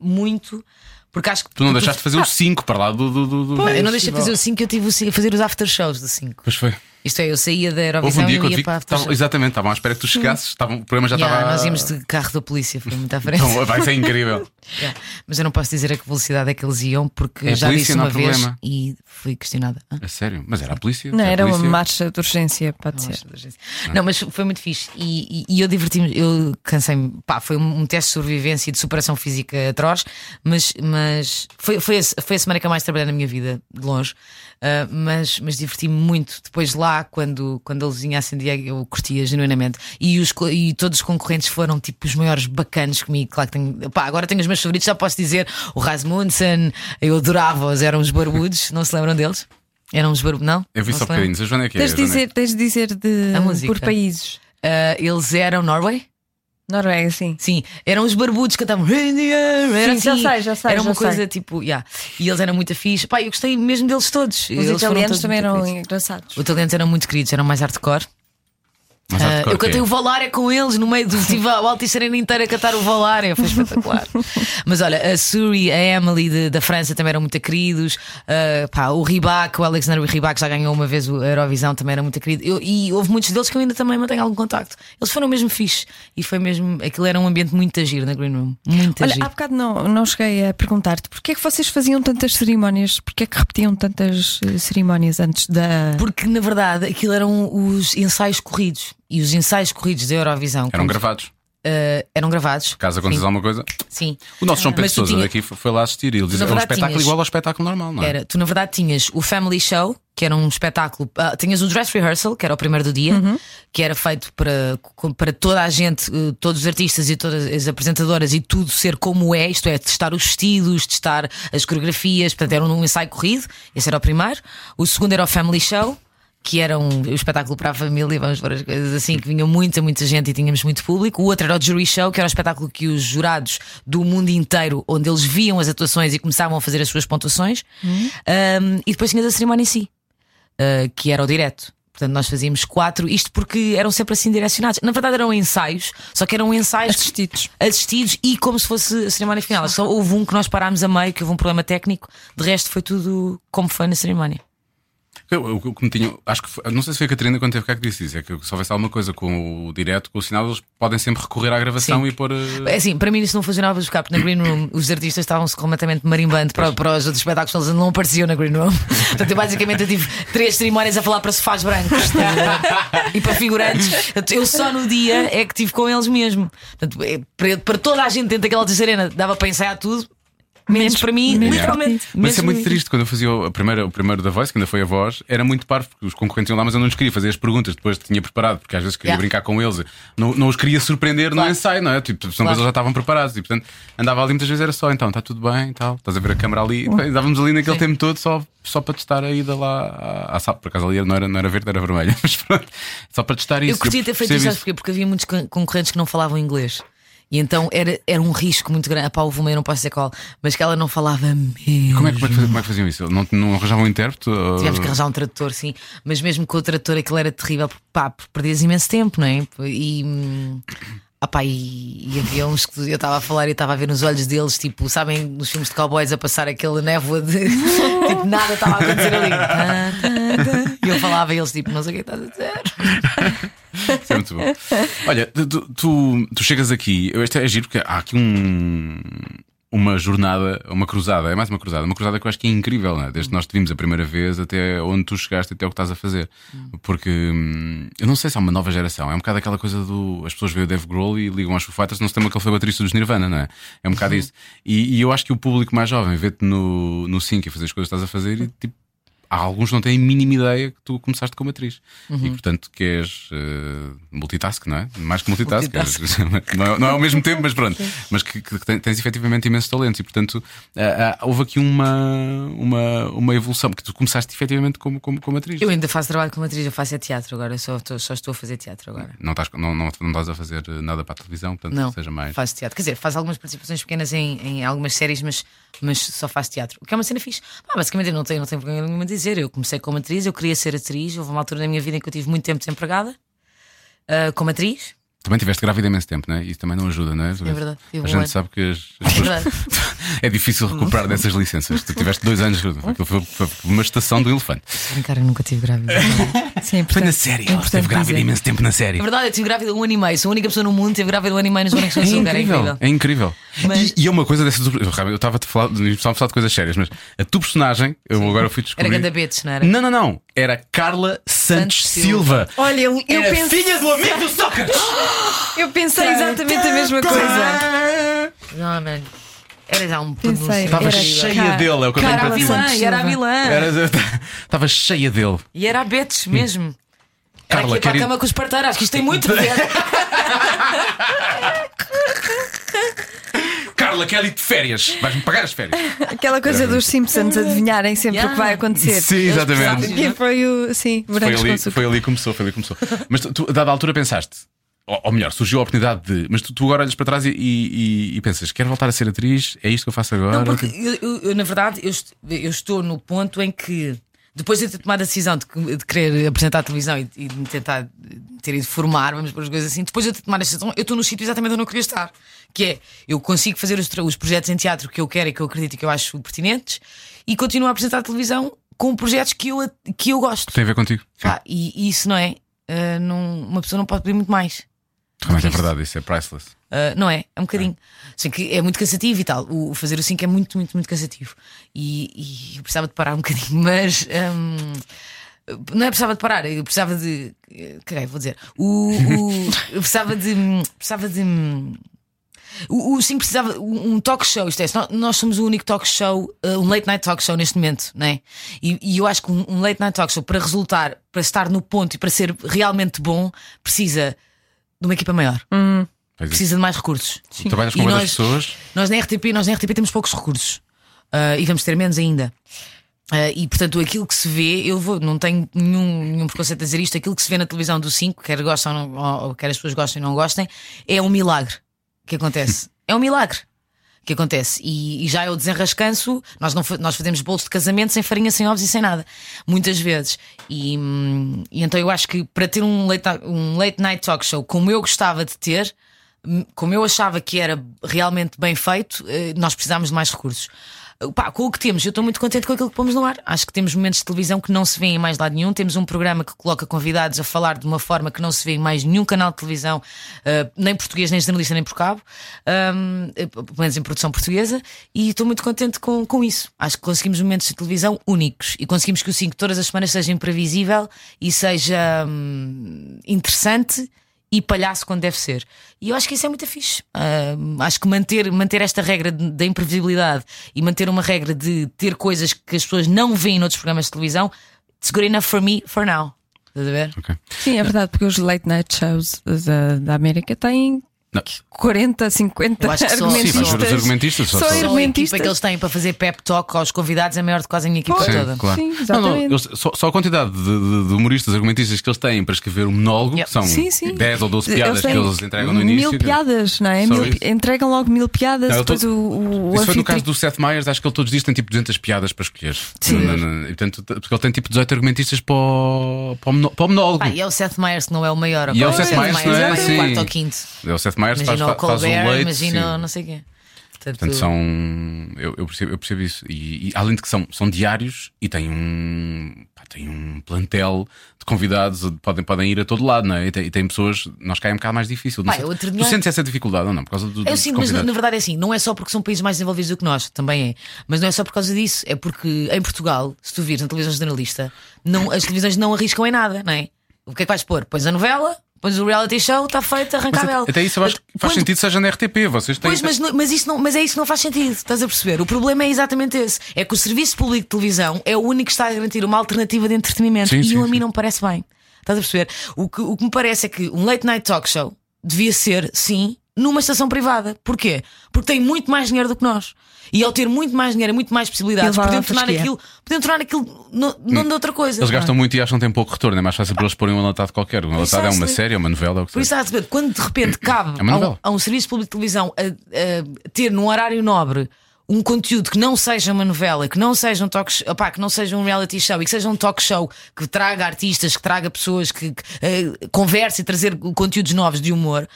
muito. Porque Ah, acho que. Tu não deixaste de fazer o 5 para lá do. do, do, do- Eu não deixei de fazer o 5, eu tive o cinco- a fazer os after shows do 5. Pois foi. Isto é, eu saía Houve da um Eurovisão dia e que eu eu te vi ia que para a estavam- exatamente, estavam à espera que tu chegasses, estavam- o programa já Yeah, estava. Nós íamos de carro da polícia, foi muito à frente. Então, vai ser incrível. Yeah. Mas eu não posso dizer a que velocidade é que eles iam, porque É já polícia, disse não há uma vez problema. e fui questionada. Hã? A sério? Mas era a polícia? Não, é a era uma polícia? marcha de urgência, pode ser. é? Não, mas foi muito fixe. E, e- e eu diverti-me, eu cansei-me. Pá, foi um um teste de sobrevivência e de superação física atroz, mas, mas foi, foi, a, se- foi a semana que eu mais trabalhei na minha vida, de longe. Ah, mas mas diverti-me muito. Depois lá, quando, quando a luzinha acendia, eu curtia genuinamente. E, os, co- e todos os concorrentes foram tipo os maiores bacanas comigo. Claro que tenho, pá, agora tenho os meus favoritos, já posso dizer. O Rasmussen, eu adorava-os, eram os barbudos, não se lembram deles? Eram os barbudos, não? Eu vi Não só se lembram? bocadinhos. A Joana é que é. Tens de Joana? dizer, tens de, dizer de A música. por países. Ah, eles eram Norway? Noruega, sim. Sim, eram os barbudos que cantavam. "In the air", Era Sim, já assim, sei, já sei, Era uma já coisa sei. tipo, yeah. E eles eram muito fixe. Pá, eu gostei mesmo deles todos. Os italianos também eram Os engraçados. italianos eram muito queridos, eram mais hardcore. Mas há de Ah, cor é. eu cantei quê? o Valária com eles no meio do festival, a Altice Arena inteira a cantar o Valária, foi espetacular. Mas olha, a Suri, a Emily de- da França também eram muito queridos, Ah, pá, o Ribac, o Alexander Ribac já ganhou uma vez a Eurovisão, também era muito querido. Eu- e houve muitos deles que eu ainda também mantenho algum contacto. Eles foram mesmo fixe e foi mesmo. Aquilo era um ambiente muito agir na Green Room, muito Olha, agir. há bocado não, não cheguei a perguntar-te porque é que vocês faziam tantas cerimónias, porque é que repetiam tantas eh, cerimónias antes da. Porque na verdade aquilo eram os ensaios corridos e os ensaios corridos da Eurovisão Eram como- gravados. ah, eram gravados. Caso aconteça alguma coisa. Sim. O nosso João Pedro Ah, Mas tu Sousa tinha- daqui foi foi lá assistir e ele disse que é na um verdade espetáculo tinhas- igual ao espetáculo normal, não é? Era, tu na verdade tinhas o Family Show, que era um espetáculo. ah, tinhas o Dress Rehearsal, que era o primeiro do dia, Uhum. que era feito para, com- para toda a gente, eh, todos os artistas e todas as apresentadoras e tudo ser como é, isto é, testar os vestidos, testar as coreografias. Portanto, era um ensaio corrido, esse era o primeiro. O segundo era o Family Show. Que era um, um espetáculo para a família, vamos pôr as coisas assim, que vinha muita, muita gente e tínhamos muito público. O outro era o Jury Show, que era um espetáculo que os jurados do mundo inteiro, onde eles viam as atuações e começavam a fazer as suas pontuações. Um, e depois tinhas a cerimónia em si, uh, que era o direto. Portanto, nós fazíamos quatro, isto porque eram sempre assim direcionados. Na verdade, eram ensaios, só que eram ensaios Assistidos. assistidos e como se fosse a cerimónia final. Só houve um que nós parámos a meio, que houve um problema técnico, de resto foi tudo como foi na cerimónia. Eu, eu, eu, como tinha- acho que foi- não sei se foi a Catarina quando teve cá que disse isso, é que se houvesse alguma coisa com o direto, com o sinal, eles podem sempre recorrer à gravação Sim. e pôr. eh, É assim, para mim isso não funcionava porque porque na Green Room os artistas estavam-se completamente marimbando para, para os outros espetáculos, eles não apareciam na Green Room. Portanto, eu basicamente eu tive três cerimónias a falar para sofás brancos tá e para figurantes. Portanto, Eu só no dia é que estive com eles mesmo. Portanto, é, para, para toda a gente dentro daquela terceira arena dava para ensaiar tudo, menos, para mim, menos literalmente. Mas isso é muito menos para mim. triste quando eu fazia o- a primeira, o primeiro da voz, que ainda foi a voz, era muito parvo, porque os concorrentes iam lá, mas eu não lhes queria fazer as perguntas, depois tinha preparado, porque às vezes queria Yeah. brincar com eles, não, não os queria surpreender no ensaio, não é? Tipo, senão Claro. eles já estavam preparados e portanto andava ali muitas vezes era só, então está tudo bem e tal, estás a ver a câmara ali, e, bem, dávamos ali naquele tempo todo só, só para testar a ida lá à, à sala, por acaso ali não era, não era verde, era vermelha, mas pronto, só para testar isso. Eu curtia ter feito percebo isso, sabes isso. porquê? Porque havia muitos con- concorrentes que não falavam inglês. E então era, era um risco muito grande. Pá, houve uma, eu não posso dizer qual, mas que ela não falava mesmo. Como é, que- como é que faziam- como é que faziam isso? Não, não arranjavam um intérprete? ou- Tivemos que arranjar um tradutor, sim. Mas mesmo com o tradutor aquilo era terrível, porque, pá, porque perdias imenso tempo, não é? E. hum, ah pá, e, e havia uns que eu estava a falar e estava a ver nos olhos deles, tipo, sabem, nos filmes de cowboys a passar aquela névoa de. tipo, nada estava a acontecer ali. Tá, tá, tá. E eu falava e eles, tipo, não sei o que estás a dizer. Foi muito bom. Olha, tu, tu- tu- tu chegas aqui, eu- este é giro porque há aqui um, uma jornada, uma cruzada, é mais uma cruzada, uma cruzada que eu acho que é incrível, não é? desde que nós te vimos a primeira vez até onde tu chegaste, até o que estás a fazer. Porque hum, eu não sei se há uma nova geração, é um bocado aquela coisa do. As pessoas veem o Dave Grohl e ligam aos Foo Fighters, não se lembram que ele foi baterista dos Nirvana, não é? É um bocado isso. E, e eu acho que o público mais jovem vê-te no, no Sync a fazer as coisas que estás a fazer e tipo. Há alguns que não têm a mínima ideia que tu começaste como atriz. E Uhum. portanto que és eh, multitask, não é? Mais que multitask, não, é, não é ao mesmo tempo, mas pronto. Mas que, que ten- tens efetivamente imensos talentos e portanto ah, ah, houve aqui uma, uma, uma evolução, porque tu começaste efetivamente como, como, como atriz. Eu ainda faço trabalho como atriz, eu faço é teatro agora, eu só, estou- só estou a fazer teatro agora. Não estás, não, não, não estás a fazer nada para a televisão, portanto Não, seja mais. faço teatro. Quer dizer, faço algumas participações pequenas em, em algumas séries, mas, mas só faço teatro. O que é uma cena fixe. Pá, basicamente, eu não tenho, não tenho vergonha nenhuma de dizer. Eu comecei como atriz, eu queria ser atriz. Houve uma altura na minha vida em que eu tive muito tempo desempregada ah, como atriz. Também tiveste grávida há imenso tempo, não é? Isso também não ajuda, não é? É verdade, tive A um gente ano. sabe que as, as É pessoas verdade. É difícil recuperar dessas licenças. Tu tiveste dois anos, aquilo foi, foi uma estação do elefante. Brincar, eu nunca tive grávida. Sim, é Foi importante. na série, ela importante esteve grávida dizer. imenso tempo na série. É verdade, eu tive grávida um ano e meio. Sou a única pessoa no mundo que teve grávida um ano e meio nos bonecos de É açúcar. É incrível, incrível. é incrível. Mas- E, e é uma coisa dessa. dupla- Eu estava a falar, estava a falar de coisas sérias, mas a tua personagem, eu agora fui Era descobrir. ganda Betes, não era? Não, não, não. Era Carla Santos, Santos Silva. Olha, eu, eu Era pensei, filha do amigo do Sócrates. eu pensei exatamente a mesma coisa. Não, mano. Era já um Pensei, pronúncio era Estava incrível. cheia Car- dele, é o que eu tenho Era a para dizer. vilã, Santos era a Silva. vilã. Estava cheia dele. E era a Betes mesmo. Era Carla, aqui para quer a ir- cama com os parteiras, que isto tem muito a ver. Carla, quer ir de férias. Vais-me pagar as férias. Aquela coisa dos Simpsons adivinharem sempre Yeah. o que vai acontecer. Sim, exatamente. precisava- E foi o. Sim, Foi morangos com ali, açúcar. foi ali que começou, foi ali que começou. Mas tu, tu, a dada altura, pensaste. Ou, ou melhor, surgiu a oportunidade de. Mas tu, tu agora olhas para trás e, e- e- e pensas: quero voltar a ser atriz? É isto que eu faço agora? Não, porque eu, eu- eu, na verdade, eu, est- eu estou no ponto em que, depois de ter tomado a decisão de, que- de querer apresentar a televisão e, e de me tentar de ter ido formar, vamos pôr as coisas assim, depois de eu ter tomado esta decisão, eu estou no sítio exatamente onde eu queria estar. Que é, eu consigo fazer os, tra- os projetos em teatro que eu quero e que eu acredito e que eu acho pertinentes e continuo a apresentar a televisão com projetos que eu, a- que eu gosto. Tem a ver contigo. Ah, Sim, Pá, e, e isso não é? Ah, não- uma pessoa não pode pedir muito mais. realmente é isto- verdade, isso é priceless. Uh, não é? É um bocadinho. Sim, que é muito cansativo e tal. O o fazer o 5 é muito, muito, muito cansativo. E, e eu precisava de parar um bocadinho, mas. hum, não é precisava de parar, eu precisava de. eh, Caguei, vou dizer. O, o- eu precisava de. Precisava de. O, o 5 precisava. Um um talk show, isto é. nó- Nós somos o único talk show, eh, um late night talk show neste momento, não é? E, e eu acho que um, um late night talk show, para resultar, para estar no ponto e para ser realmente bom, precisa de uma equipa maior Faz isso. precisa de mais recursos. é. Tu trabalhas com E outras nós- pessoas. Nós na RTP, nós na RTP temos poucos recursos Ah, e vamos ter menos ainda. Ah, e portanto, aquilo que se vê, eu vou, não tenho nenhum, nenhum preconceito a dizer isto, aquilo que se vê na televisão do 5, quer gostam ou, não- ou- ou quer as pessoas gostem ou não gostem, é um milagre que acontece. é um milagre que acontece. E, e já é o desenrascanço, nós, não, fa- nós fazemos bolos de casamento sem farinha, sem ovos e sem nada, muitas vezes. E, hum, e então eu acho que para ter um late, um late night talk show como eu gostava de ter, hum, como eu achava que era realmente bem feito, eh, nós precisámos de mais recursos. Eh, Pá, com o que temos, eu estou muito contente com aquilo que pomos no ar. Acho que temos momentos de televisão que não se vê em mais lado nenhum. Temos um programa que coloca convidados a falar de uma forma que não se vê em mais nenhum canal de televisão, eh, nem português, nem jornalista, nem por cabo, Ahm, eh, pelo menos em produção portuguesa. E estou muito contente com, com isso. Acho que conseguimos momentos de televisão únicos e conseguimos que o 5 todas as semanas seja imprevisível e seja hum, interessante e palhaço quando deve ser. E eu acho que isso é muito fixe. Ah, acho que manter, manter esta regra de- da imprevisibilidade e manter uma regra de ter coisas que as pessoas não veem noutros programas de televisão, it's good enough for me for now. Estás a ver? Ok. Sim, é verdade, porque os late night shows da, da América têm Não. 40, 50 Eu acho que só- argumentistas. Sim, mas os argumentistas só- só- Só a equipa que argumentistas. eles têm para fazer pep talk aos convidados é maior do que quase a minha equipa Pois. toda. claro. Sim, Não, não, exatamente. eles- só, só a quantidade de, de- de humoristas, argumentistas que eles têm para escrever um monólogo, Yep. que são Sim, sim. 10 ou 12 piadas têm que eles entregam no início. Mil piadas, não é? Só Mil- isso. entregam logo mil piadas, Não, eu tô- depois o, o, o Isso foi no anfitrião- caso do Seth Meyers, acho que ele todos os dias tem tipo 200 piadas para escolher. Na- na- na- e, portanto, t- porque ele tem tipo 18 argumentistas para o, para o mono- para o monólogo. Pá, e é o Seth Meyers que não é o maior. E é o agora. Seth Meyers, não é? vai do Sim. quarto ao quinto. É o Seth Meyers faz, Imagina o faz, faz o Colbert, leite. imagina o sim. não sei o quê. Portanto, Portanto, são. Eu, eu percebo, eu percebo isso. E, e além de que são, são diários e têm um. pá, têm um plantel de convidados, onde podem, podem ir a todo lado, não é? E tem, e tem pessoas. Nós cá é um bocado mais difícil. Não Pá, sei- outro tu dia- sentes essa dificuldade ou não? Por causa do. Eu dos sinto, mas na, convidados? na verdade é assim, não é só porque são países mais desenvolvidos do que nós, também é. Mas não é só por causa disso, é porque em Portugal, se tu vires na televisão generalista, não, as televisões não arriscam em nada, não é? O que é que vais pôr? Pões a novela, pões o reality show, está feito, arranca a Mas bela. até, até isso eu acho que faz Quando- sentido que seja na RTP. Vocês têm. Pois, mas, não- mas, isso não, mas é isso que não faz sentido, estás a perceber? O problema é exatamente esse: é que o serviço público de televisão é o único que está a garantir uma alternativa de entretenimento Sim, e sim, eu a mim sim. não me parece bem. Estás a perceber? O que, o que me parece é que um late night talk show devia ser, sim, numa estação privada. Porquê? Porque tem muito mais dinheiro do que nós. E ao ter muito mais dinheiro e muito mais possibilidades, Ele vai podem lá tornar, fasquia. aquilo, podem tornar aquilo no- não de outra coisa. Hum. Eles não é? gastam muito e acham que tem pouco retorno. É mais fácil para eles porem um enlatado qualquer. Um enlatado é uma Precisely. série, é uma novela, é o que Por isso, seja. estás a perceber, quando de repente cabe É uma a um, novela. a um serviço público de televisão a, a ter num horário nobre um conteúdo que não seja uma novela, que não seja um talk show, opá, que não seja um reality show e que seja um talk show que traga artistas, que traga pessoas, que, que eh, converse e trazer conteúdos novos de humor.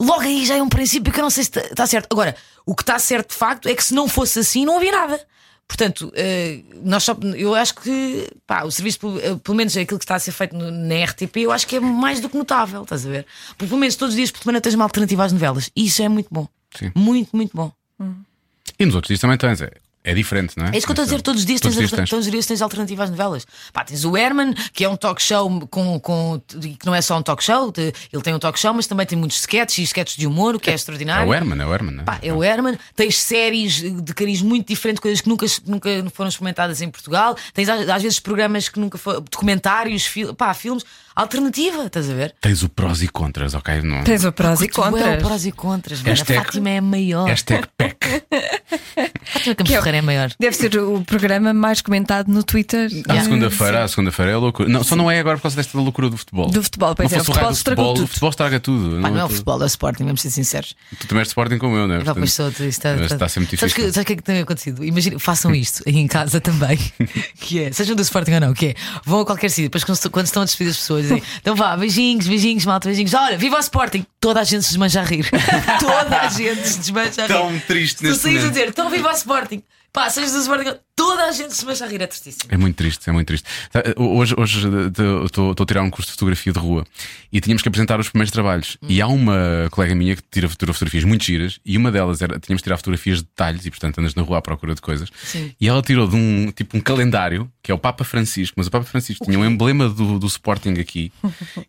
Logo aí já é um princípio que eu não sei se está certo. Agora, o que está certo de facto é que se não fosse assim, não havia nada. Portanto, eh, nós só- eu acho que pá, o serviço, pub- eh, pelo menos aquilo que está a ser feito no- na RTP, eu acho que é mais do que notável, estás a ver? Porque pelo menos todos os dias por semana tens uma alternativa às novelas. E isso é muito bom. Sim. Muito, É muito bom. E nos outros dias também tens. É, é diferente, não é? É isso que eu estou a dizer, todos os dias, Todos tens, os dias tens. Todos os dias tens alternativas às novelas. Pá, tens o Herman, que é um talk show com, com- que não é só um talk show, te- ele tem um talk show, mas também tem muitos sketches e sketches de humor, o que é É extraordinário. o Herman, é o Herman, não é? Pá, é o Herman, tens séries de cariz muito diferente, coisas que nunca, nunca foram experimentadas em Portugal, tens às, às vezes programas que nunca foram, documentários, fil- pá, filmes, alternativa, estás a ver? Tens o prós e contras, ok? Não... Tens o prós e Tu é o contras. prós e contras, mano. Hashtag- a Fátima é a maior. Hashtag PEC. Fátima Campos Ferreira é a maior. Deve ser o programa mais comentado no Twitter À Yeah. segunda-feira, à segunda-feira é loucura. Não, só não é agora por causa desta loucura do futebol. do futebol. Não Pois é, o fosse raio futebol do estragou futebol, o tudo. futebol estraga tudo. Pá, não é o tu, futebol, é o Sporting, vamos ser sinceros. tu também és de Sporting como eu, não é? Já Portanto, passou tudo isto. mas está sempre tá, Sabes difícil. que, sabes o que é que tem acontecido? Imagina, façam isto aí em casa também. Que é, sejam do Sporting ou não, que é, vão a qualquer sítio. Depois, quando se- quando estão a despedir as pessoas, dizem, então vá, beijinhos, beijinhos, malta, beijinhos. Olha, viva o Sporting! Toda a gente se desmancha a rir. Toda a gente se desmancha a rir. Tão triste Se tu neste saís a momento. dizer, então viva o Sporting! Pá, sejas do Sporting, ou não, toda a gente se desmancha a rir, é tristíssimo. É muito triste, é muito triste. Tá, Hoje, hoje eh, estou estou a tirar um curso de fotografia de rua e tínhamos que apresentar os primeiros trabalhos. Hum. E há uma colega minha que tira tira fotografias muito giras e uma delas era tínhamos que tirar fotografias de detalhes e, portanto, andas na rua à procura de coisas. Sim. E ela tirou de um tipo um calendário que é o Papa Francisco, mas o Papa Francisco tinha um emblema do, do Sporting aqui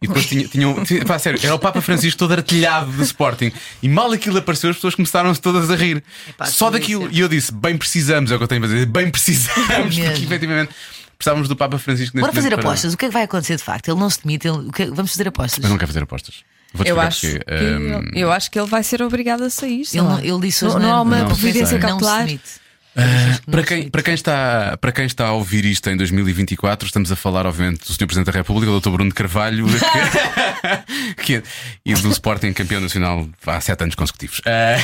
e depois tinha, tinha, um- tinha- pá, sério, era o Papa Francisco todo artilhado do Sporting e mal aquilo apareceu, as pessoas começaram-se todas a rir. Epá, é Só que daquilo. delícia. E eu disse: bem precisamos, é o que eu tenho a dizer, bem É precisamos, Mesmo. porque efetivamente precisávamos do Papa Francisco neste Bora fazer momento para- apostas, o que é que vai acontecer de facto? Ele não se demite, ele- o que é- vamos fazer apostas. Eu não quero fazer apostas. Vou-te Eu explicar acho, porquê. que Ahm, ele, eu acho que ele vai ser obrigado a sair. sei Ele, lá. não- ele disse hoje não, na- não há uma Não providência sei. Não se cautelar. demite. para, quem, para, quem está, para quem está a ouvir isto em 2024, estamos a falar, obviamente, do Sr. Presidente da República, do Dr. Bruno de Carvalho, que, que é- e do Sporting campeão nacional há sete anos consecutivos. Ah,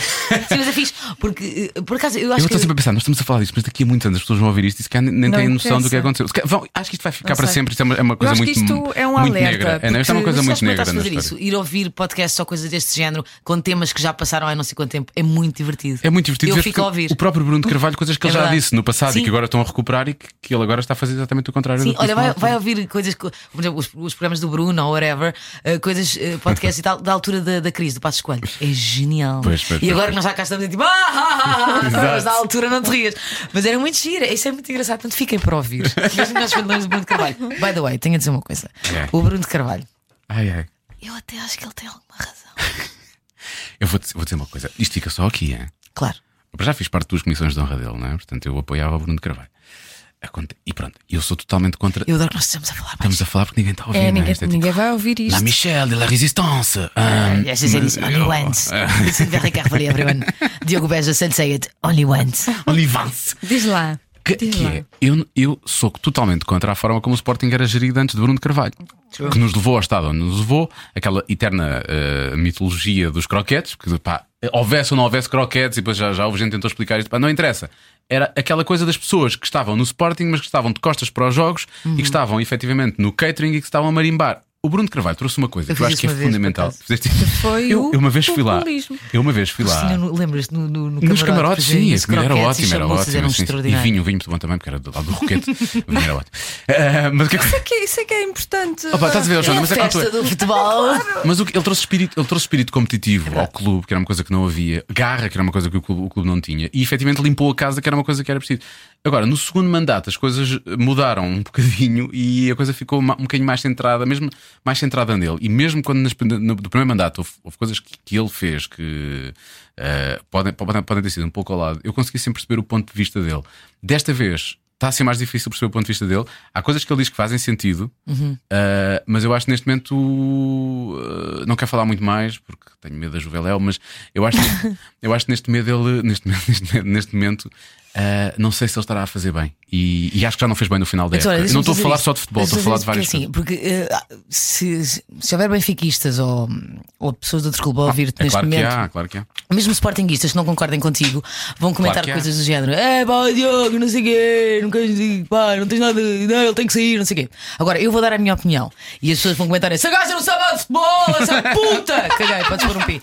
Sim, mas é fixe, porque eh, por acaso eu eu acho que. estou sempre a pensar, nós estamos a falar disto, mas daqui a muitos anos as pessoas vão ouvir isto e se calhar nem Não têm noção do que interessa. aconteceu. Se calhar vão- acho que isto vai ficar Não para sei. sempre, isto é uma, é uma coisa acho muito que isto é um muito alerta, negra. É, não, isto é uma porque- coisa mas muito negra fazer na história. isso, ir ouvir podcasts só coisas deste género, com temas que já passaram há não sei quanto tempo, é muito divertido. É muito divertido Eu ver fico a ouvir. o próprio Bruno de Carvalho, coisas que É ele já verdade. disse no passado Sim. e que agora estão a recuperar e que, que ele agora está a fazer exatamente o contrário Sim, do que olha, disse na vai, altura. vai ouvir coisas, co- por exemplo, os, os programas do Bruno ou whatever, eh, coisas, eh, podcasts e tal, da altura da, da crise, do Passos Coelho. É genial. Pois, pois, e pois, agora pois. que nós já cá estamos a tipo, ah, ah, ah, ah, Exato. mas da altura não te rias. Mas era muito giro, isso é muito engraçado. Portanto, fiquem para ouvir. Mesmo nós falamos do Bruno de Carvalho. By the way, tenho a dizer uma coisa: É. o Bruno de Carvalho, Ai, ai. eu até acho que ele tem alguma razão. Eu vou, dizer- vou dizer uma coisa, isto fica só aqui, hein? Claro. Eu já fiz parte das comissões de honra dele, não é? Portanto, eu apoiava o Bruno de Carvalho. Aconte- E pronto, eu sou totalmente contra. Eu adoro que nós estamos a falar mais. Estamos a falar porque ninguém está a ouvir. É, não é? ninguém, Isto é tipo, ninguém vai ouvir La isto. Michelle de la Résistance. Ah, Yeah, she said it's mas é only eu- once. Ah, It's very carefully, everyone. Diogo Beja said say it only once. only once. Diz lá. Que, diz que lá. é, eu, eu sou totalmente contra a forma como o Sporting era gerido antes de Bruno de Carvalho, que nos levou ao estado onde nos levou, aquela eterna eh, mitologia dos croquetes, que pá, houvesse ou não houvesse croquetes, e depois já, já houve gente que tentou explicar isto, pá, não interessa. Era aquela coisa das pessoas que estavam no Sporting, mas que estavam de costas para os jogos e Uhum. que estavam efetivamente no catering e que estavam a marimbar. O Bruno de Carvalho trouxe uma coisa Eu que eu fiz acho que é isso uma vez, fundamental. por acaso. Fizeste- Foi eu, o eu uma vez fui lá. populismo. Eu uma vez fui lá. Sim, não- Lembras-te no, no, Nos no camarote, camarotes, fazia sim, isso, a comida era croquetes e ótima, era chamuças, ótima. eram sim, sim. E extraordinários. vinho, vinho muito bom também, porque era do lado do roquete. O vinho era ótimo. Ah, mas o que é que. Que isso é que é importante. Opa, estás a ver, Joana, mas é que eu Festa estou- do futebol. mas o que, ele, trouxe espírito, ele trouxe espírito competitivo ao clube, que era uma coisa que não havia, garra, que era uma coisa que o clube, o clube não tinha, e efetivamente limpou a casa, que era uma coisa que era preciso. Agora, no segundo mandato, as coisas mudaram um bocadinho e a coisa ficou ma- um bocadinho mais centrada, mesmo mais centrada nele. E mesmo quando nas- no, do primeiro mandato houve, houve coisas que, que ele fez que eh, podem, podem, podem ter sido um pouco ao lado, eu consegui sempre perceber o ponto de vista dele. Desta vez. Está a ser mais difícil perceber o ponto de vista dele. Há coisas que ele diz que fazem sentido, Uh, mas eu acho que neste momento uh, não quero falar muito mais porque tenho medo da Juveléu, mas eu acho que, eu acho que neste medo ele neste momento, neste momento, neste momento, uh, não sei se ele estará a fazer bem e, e acho que já não fez bem no final da Mas Então, olha, época. Eu deixa-me não estou a fazer falar isto. só de futebol, estou a Deixa-me falar de fazer várias coisas. isto porque, assim, porque eh, se, se houver benfiquistas ou, ou pessoas de outro clube a ouvir-te É neste claro que momento, há, claro que há. mesmo sportinguistas que não concordem contigo, vão comentar que há. coisas do género: é pá, Diogo, não sei o quê, não, queres- pá, não tens nada, não, ele tem que sair, não sei o quê. Agora, eu vou dar a minha opinião e as pessoas vão comentar: essa gaja não sabe nada de futebol, essa puta! é Caguei, podes pôr um pi.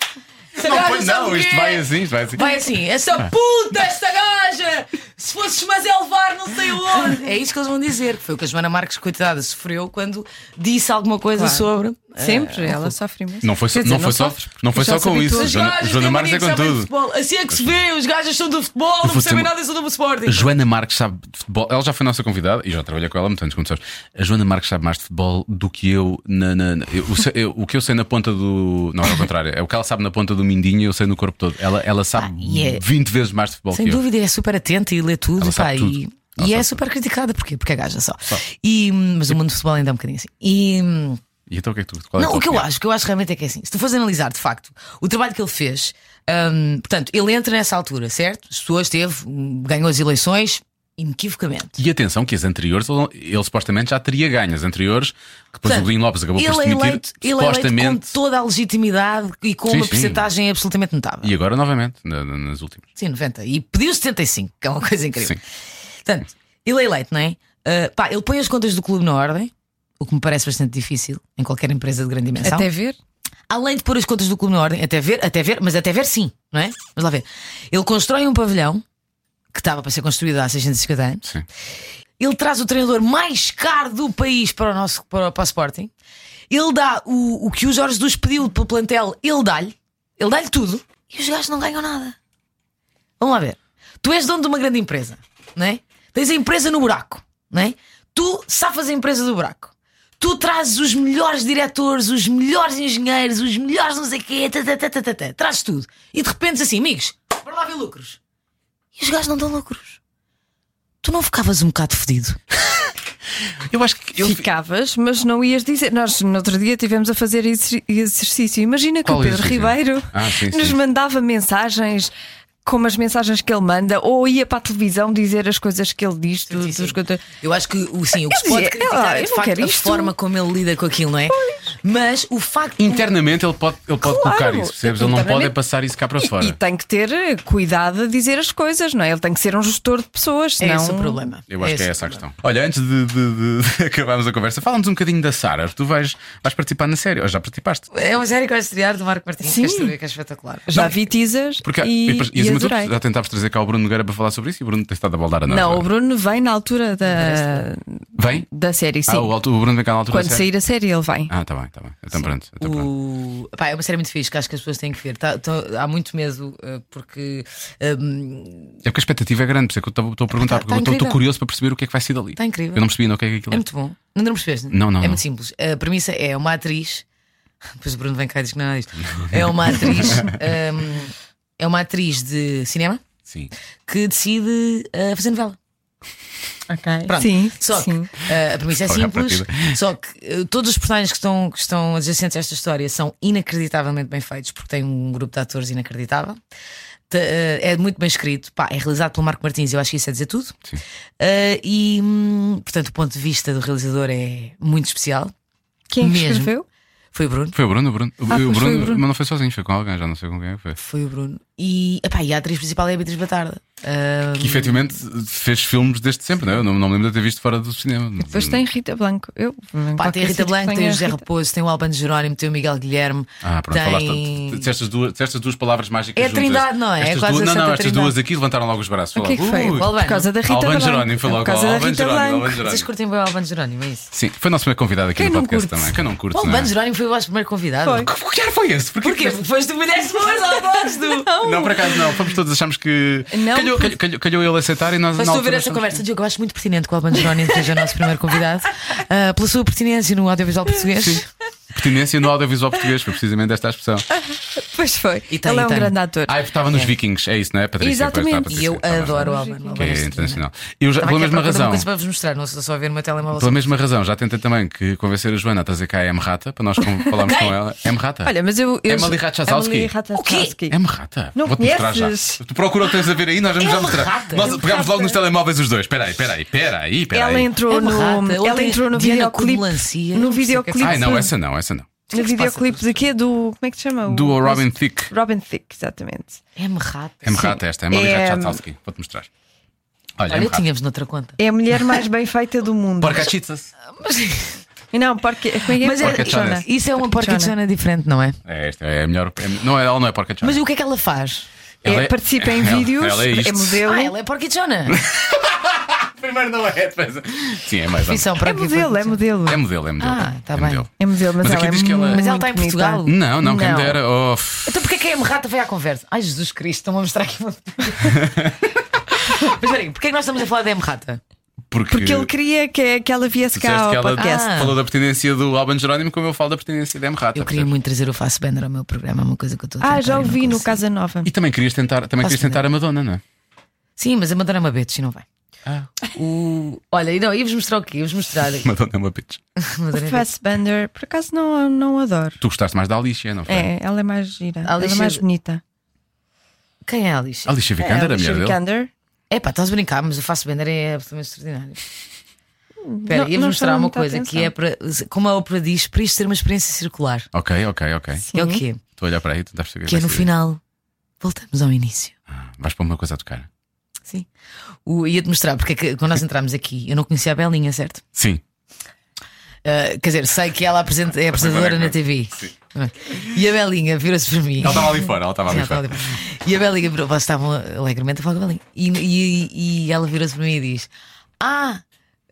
Essa Não, gaja pois sabe não, o isto quê? vai assim, isto vai assim. Vai assim, essa puta, esta gaja! Se fosses, mas é levar, não sei onde! É isso que eles vão dizer. que Foi o que a Joana Marques, coitada, sofreu quando disse alguma coisa Claro. sobre. É. Sempre, ela sofre muito. Não foi só, Quer dizer, não foi só, sofres, não foi já só com se isso. habitua. Os Joana, gajos Joana têm Marques é mania que com sabem de tudo. futebol. Assim é que se vê, os gajos são do futebol, não vou dizer percebem uma- nada, eu sou do Sporting. A Joana Marques sabe de futebol. Ela já foi nossa convidada e já trabalhei com ela, portanto, como sabes, a Joana Marques sabe mais de futebol do que eu. Na, na- na- eu- o, se- eu- o que eu sei na ponta do. Não, é o contrário. É o que ela sabe na ponta do mindinho e eu sei no corpo todo. Ela, ela sabe Ah, e é- 20 vezes mais de futebol Sem que eu. dúvida, é super atenta e lê tudo, Ela pá, sabe e, tudo. Ela e é sabe super criticada, porquê? Porque é gaja só. E, mas o mundo do futebol ainda é um bocadinho assim. E, E então o que é que tu. Qual é a não, tua o que eu opinião? acho, o que eu acho realmente é que é assim. Se tu fores analisar, de facto, o trabalho que ele fez, hum, portanto, ele entra nessa altura, certo? As pessoas teve, hum, ganhou as eleições, inequivocamente. E atenção que as anteriores, ele, ele supostamente já teria ganho. As anteriores, que depois Portanto, o Lin Lopes acabou por se Ele é demitir, eleito, ele é eleito com supostamente. toda a legitimidade e com Sim, uma sim. porcentagem absolutamente notável. E agora novamente, na- na- nas últimas. Sim, 90. E pediu 75, que é uma coisa incrível. Sim. Portanto, ele é eleito, não é? Ah, pá, ele põe as contas do clube na ordem, o que me parece bastante difícil em qualquer empresa de grande dimensão. Até ver. Além de pôr as contas do clube na ordem, até ver, até ver, mas até ver sim, não é? Vamos lá ver. Ele constrói um pavilhão que estava para ser construído há 650 anos. Sim. Ele traz o treinador mais caro do país para o nosso para, o- para o Sporting. Ele dá o, o que o Jorge Jesus pediu para o plantel, ele dá-lhe. Ele dá-lhe tudo. E os gajos não ganham nada. Vamos lá ver. Tu és dono de uma grande empresa, não é? Tens a empresa no buraco, não é? Tu safas a empresa do buraco. Tu trazes os melhores diretores, os melhores engenheiros, os melhores não sei quê, tá, tá, tá, tá, tá, tá. trazes tudo. E de repente assim, amigos, bora lá ver lucros. E os gajos não dão lucros. Tu não ficavas um bocado fedido? Eu acho que ele. Ficavas, mas não ias dizer. Nós, no outro dia, tivemos a fazer esse exercício. Imagina que Qual o Pedro exercício? Ribeiro Ah, sim, sim. nos mandava mensagens. Como as mensagens que ele manda, ou ia para a televisão dizer as coisas que ele diz, do- dos, conte- Eu acho que o- sim, o que se Eu pode dizia, criticar "Ah, é eu de não facto quero a isto." forma como ele lida com aquilo, não é? Mas o facto Internamente ele pode, ele pode Claro, colocar isso, percebes? Ele não pode é internamente. passar isso cá para fora. E tem que ter cuidado a dizer as coisas, não é? Ele tem que ser um gestor de pessoas, é senão. esse o problema. Eu acho que é esse essa o a problema. questão. Olha, antes de, de- de acabarmos a conversa, fala-nos um bocadinho da Sara. Tu vais, vais participar na série, ou já participaste? É uma série que vai estrear do Marco Martins. Sim. Queres saber que é espetacular? Já vi teasers Porque e, e, e, acima de adorei. tudo, já tentámos trazer cá o Bruno Nogueira para falar sobre isso e o Bruno tem estado a baldar a nós, Não, não é? o Bruno vem na altura da, Vem? da série, sim. Ah, o, alto- o Bruno vem cá na altura. é Quando da série? sair a série, ele vem. Ah, tá bem, tá bem. Então pronto. Então pronto. O... Pá, é uma série muito fixe que acho que as pessoas têm que ver. Tá- tá- há muito medo eh, porque eh, É porque a expectativa é grande, por isso é que eu estou- estou a perguntar, tá- porque tá eu estou- estou incrível. curioso para perceber o que é que vai ser dali. está incrível. Eu não percebi não o que é que aquilo É é. muito bom. Não, não percebeste? Não, não, É não. muito simples. A premissa é uma atriz. Depois o Bruno vem cá e diz que não é nada disto. É uma atriz. hum, é uma atriz de cinema Sim. que decide eh, fazer novela. Ah, Pronto. Sim, Só que sim. eh, a premissa é Logo à simples, partida. só que eh, todos os personagens que estão, que estão adjacentes a esta história são inacreditavelmente bem feitos, porque tem um grupo de atores inacreditável. Te- eh, é muito bem escrito, pá, é realizado pelo Marco Martins, eu acho que isso é dizer tudo. Sim. Eh, e, hum, portanto, o ponto de vista do realizador é muito especial. Quem é que Mesmo. escreveu? Foi o Bruno. Foi o Bruno, o Bruno. O- Ah, o pois foi Bruno, o Bruno. mas não foi sozinho, foi com alguém, já não sei com quem é que foi. Foi o Bruno. E, epá, e a atriz principal é a Beatriz Batarda. Eh, Que efetivamente fez filmes desde sempre, não é? Eu não, não me lembro de ter visto fora do cinema. Depois tem Rita Blanco. Eu, em Pá, qualquer tem a Rita sítio que Blanco, tem tenha o José Rita- Raposo, tem o Albano Jerónimo, tem o Miguel Guilherme. Ah, pronto, falaste. tem- tanto. Disseste as duas, disseste as duas palavras mágicas. É a Trindade, juntas. não é? É Estas quase duas, a não, não, Santa estas Trindade. duas aqui levantaram logo os braços. O que é que Falaram, foi? "Ui". Albano. Por causa da Rita Alban Blanco. Jerónimo foi Por logo. causa da Alban Rita Jerónimo, Alban Blanco. Vocês Jerónimo. curtem bem o Albano Jerónimo, é isso? Sim, foi nosso primeiro convidado aqui Quem no não podcast curte? também. Quem não curte? O não é? Albano Jerónimo foi o vosso primeiro convidado. Foi. Que que ano foi esse? Porquê? Porquê? Porque foste tu mulheres boas ao voz do. Não, por acaso não. Fomos todos, achámos que. Não, calhou, porque- calhou, calhou ele aceitar e nós Mas na estou a ver altura essa achámos conversa, Diogo. Eu acho muito pertinente que o Albano Jerónimo seja o nosso primeiro convidado, ah, pela sua pertinência no audiovisual português. que- Pertinência no audiovisual português, foi precisamente esta a expressão. Pois foi. E tem, ele é um e tem. grande ator. Ah, estava nos Vikings, é isso, não é, Patrícia? Pois, Exatamente. tá, Patrícia, E eu tá bem. adoro o Albano. Que é internacional. Eu já, pela mesma Uma razão. coisa para vos mostrar, não sou só a ver o meu telemóvel. Pela mesma razão, já tentei também que convencer a Joana a trazer cá a M Rata para nós com- falarmos com ela. M Rata. Olha, mas eu. eu Emily Ratajkowski. Emily O Ratajkowski. M Rata. Não Vou-te mostrar já. conheces? Tu procura o que tens a ver aí, nós vamos já M. mostrar. Rata. é Nós M. pegámos Rata. logo nos telemóveis os dois. Peraí, peraí, peraí, peraí. Ela entrou Emma Rata, no. Ela ontem entrou no Diana videoclipe. Cumulancia, não No sei o que é que se videoclipe. Ai, não, essa não, essa não. No que se passa? videoclipe de quê? Do. Como é que se chama? O- Do Robin Thicke. Robin Thicke, exatamente. M Rata. M Rata, esta, Emily É, Ratajkowski. Vou-te mostrar. Olha, hum. Olha, M eu Rata. tínhamos noutra conta. É a mulher mais bem feita do mundo. Porca chitas. Não, porque. Como é que é? Mas é- Porcachona. isso é uma porcachona diferente, não é? É, esta é a melhor. é- não, ela não é porca Mas o que é que ela faz? ela É, participa em ela- vídeos, ela é é, isto. modelo. Ah, ela é porcachona. Primeiro não é, depois. Sim, é mais. ou menos. Profissão É para modelo, é modelo. É modelo, é modelo. Ah, é tá bem. modelo. É modelo, mas, Mas ela aqui é diz que ela- Mas ela está em muito bonita. Portugal. Não, não, quem Não. dera. Oh, f- Então porquê que a rata veio à conversa? Ai Jesus Cristo, estão a mostrar aqui uma. Mas peraí, porquê é que nós estamos a falar da M-Rata? porque, Porque ele queria que, que ela viesse tu cá disseste ao que ela podcast. Ah. falou da pertinência do Alban Jerónimo, como eu falo da pertinência da Emrata. Eu queria muito trazer o Fassbender ao meu programa, é uma coisa que eu estou a Ah, tentar e já não ouvi no consigo. Casa Nova. E também querias tentar, também Posso querias tentar ver? a Madonna, não é? Sim, mas a Madonna é uma bitch e não vai. Ah. O... Olha, e não, ia-vos mostrar o quê? Ia-vos mostrar. Madonna é uma bitch. Madonna é bitch. Fassbender, por acaso não, não adoro. Tu gostaste mais da Alicia, não foi? É, ela é mais gira. Ela é Alicia- mais bonita. Quem é a Alicia? A Alicia Vikander era a mulher dele. Vikander. É pá, estás a brincar, mas o Fassbender é absolutamente extraordinário. Espera, não- ia-vos não mostrar chama uma muita coisa que atenção. é para. Como a ópera diz, para isto ser uma experiência circular. Ok, ok, ok. Que é o quê? Estou a olhar para aí, tu estás a perceber Que é vai no ser- final. Voltamos ao início. Vais para uma coisa a tocar. Sim. O, ia-te mostrar, porque é que quando nós entramos aqui, eu não conhecia a Belinha, certo? Sim. Uh, quer dizer, sei que ela apresenta- é apresentadora na TV. Pronto. E a Belinha virou-se para mim. Ela estava ali fora, ela estava Sim, ali ela estava fora. ali. E a Belinha virou, vocês estavam alegremente a falar com a Belinha. E, e- e ela virou-se para mim e diz: Ah,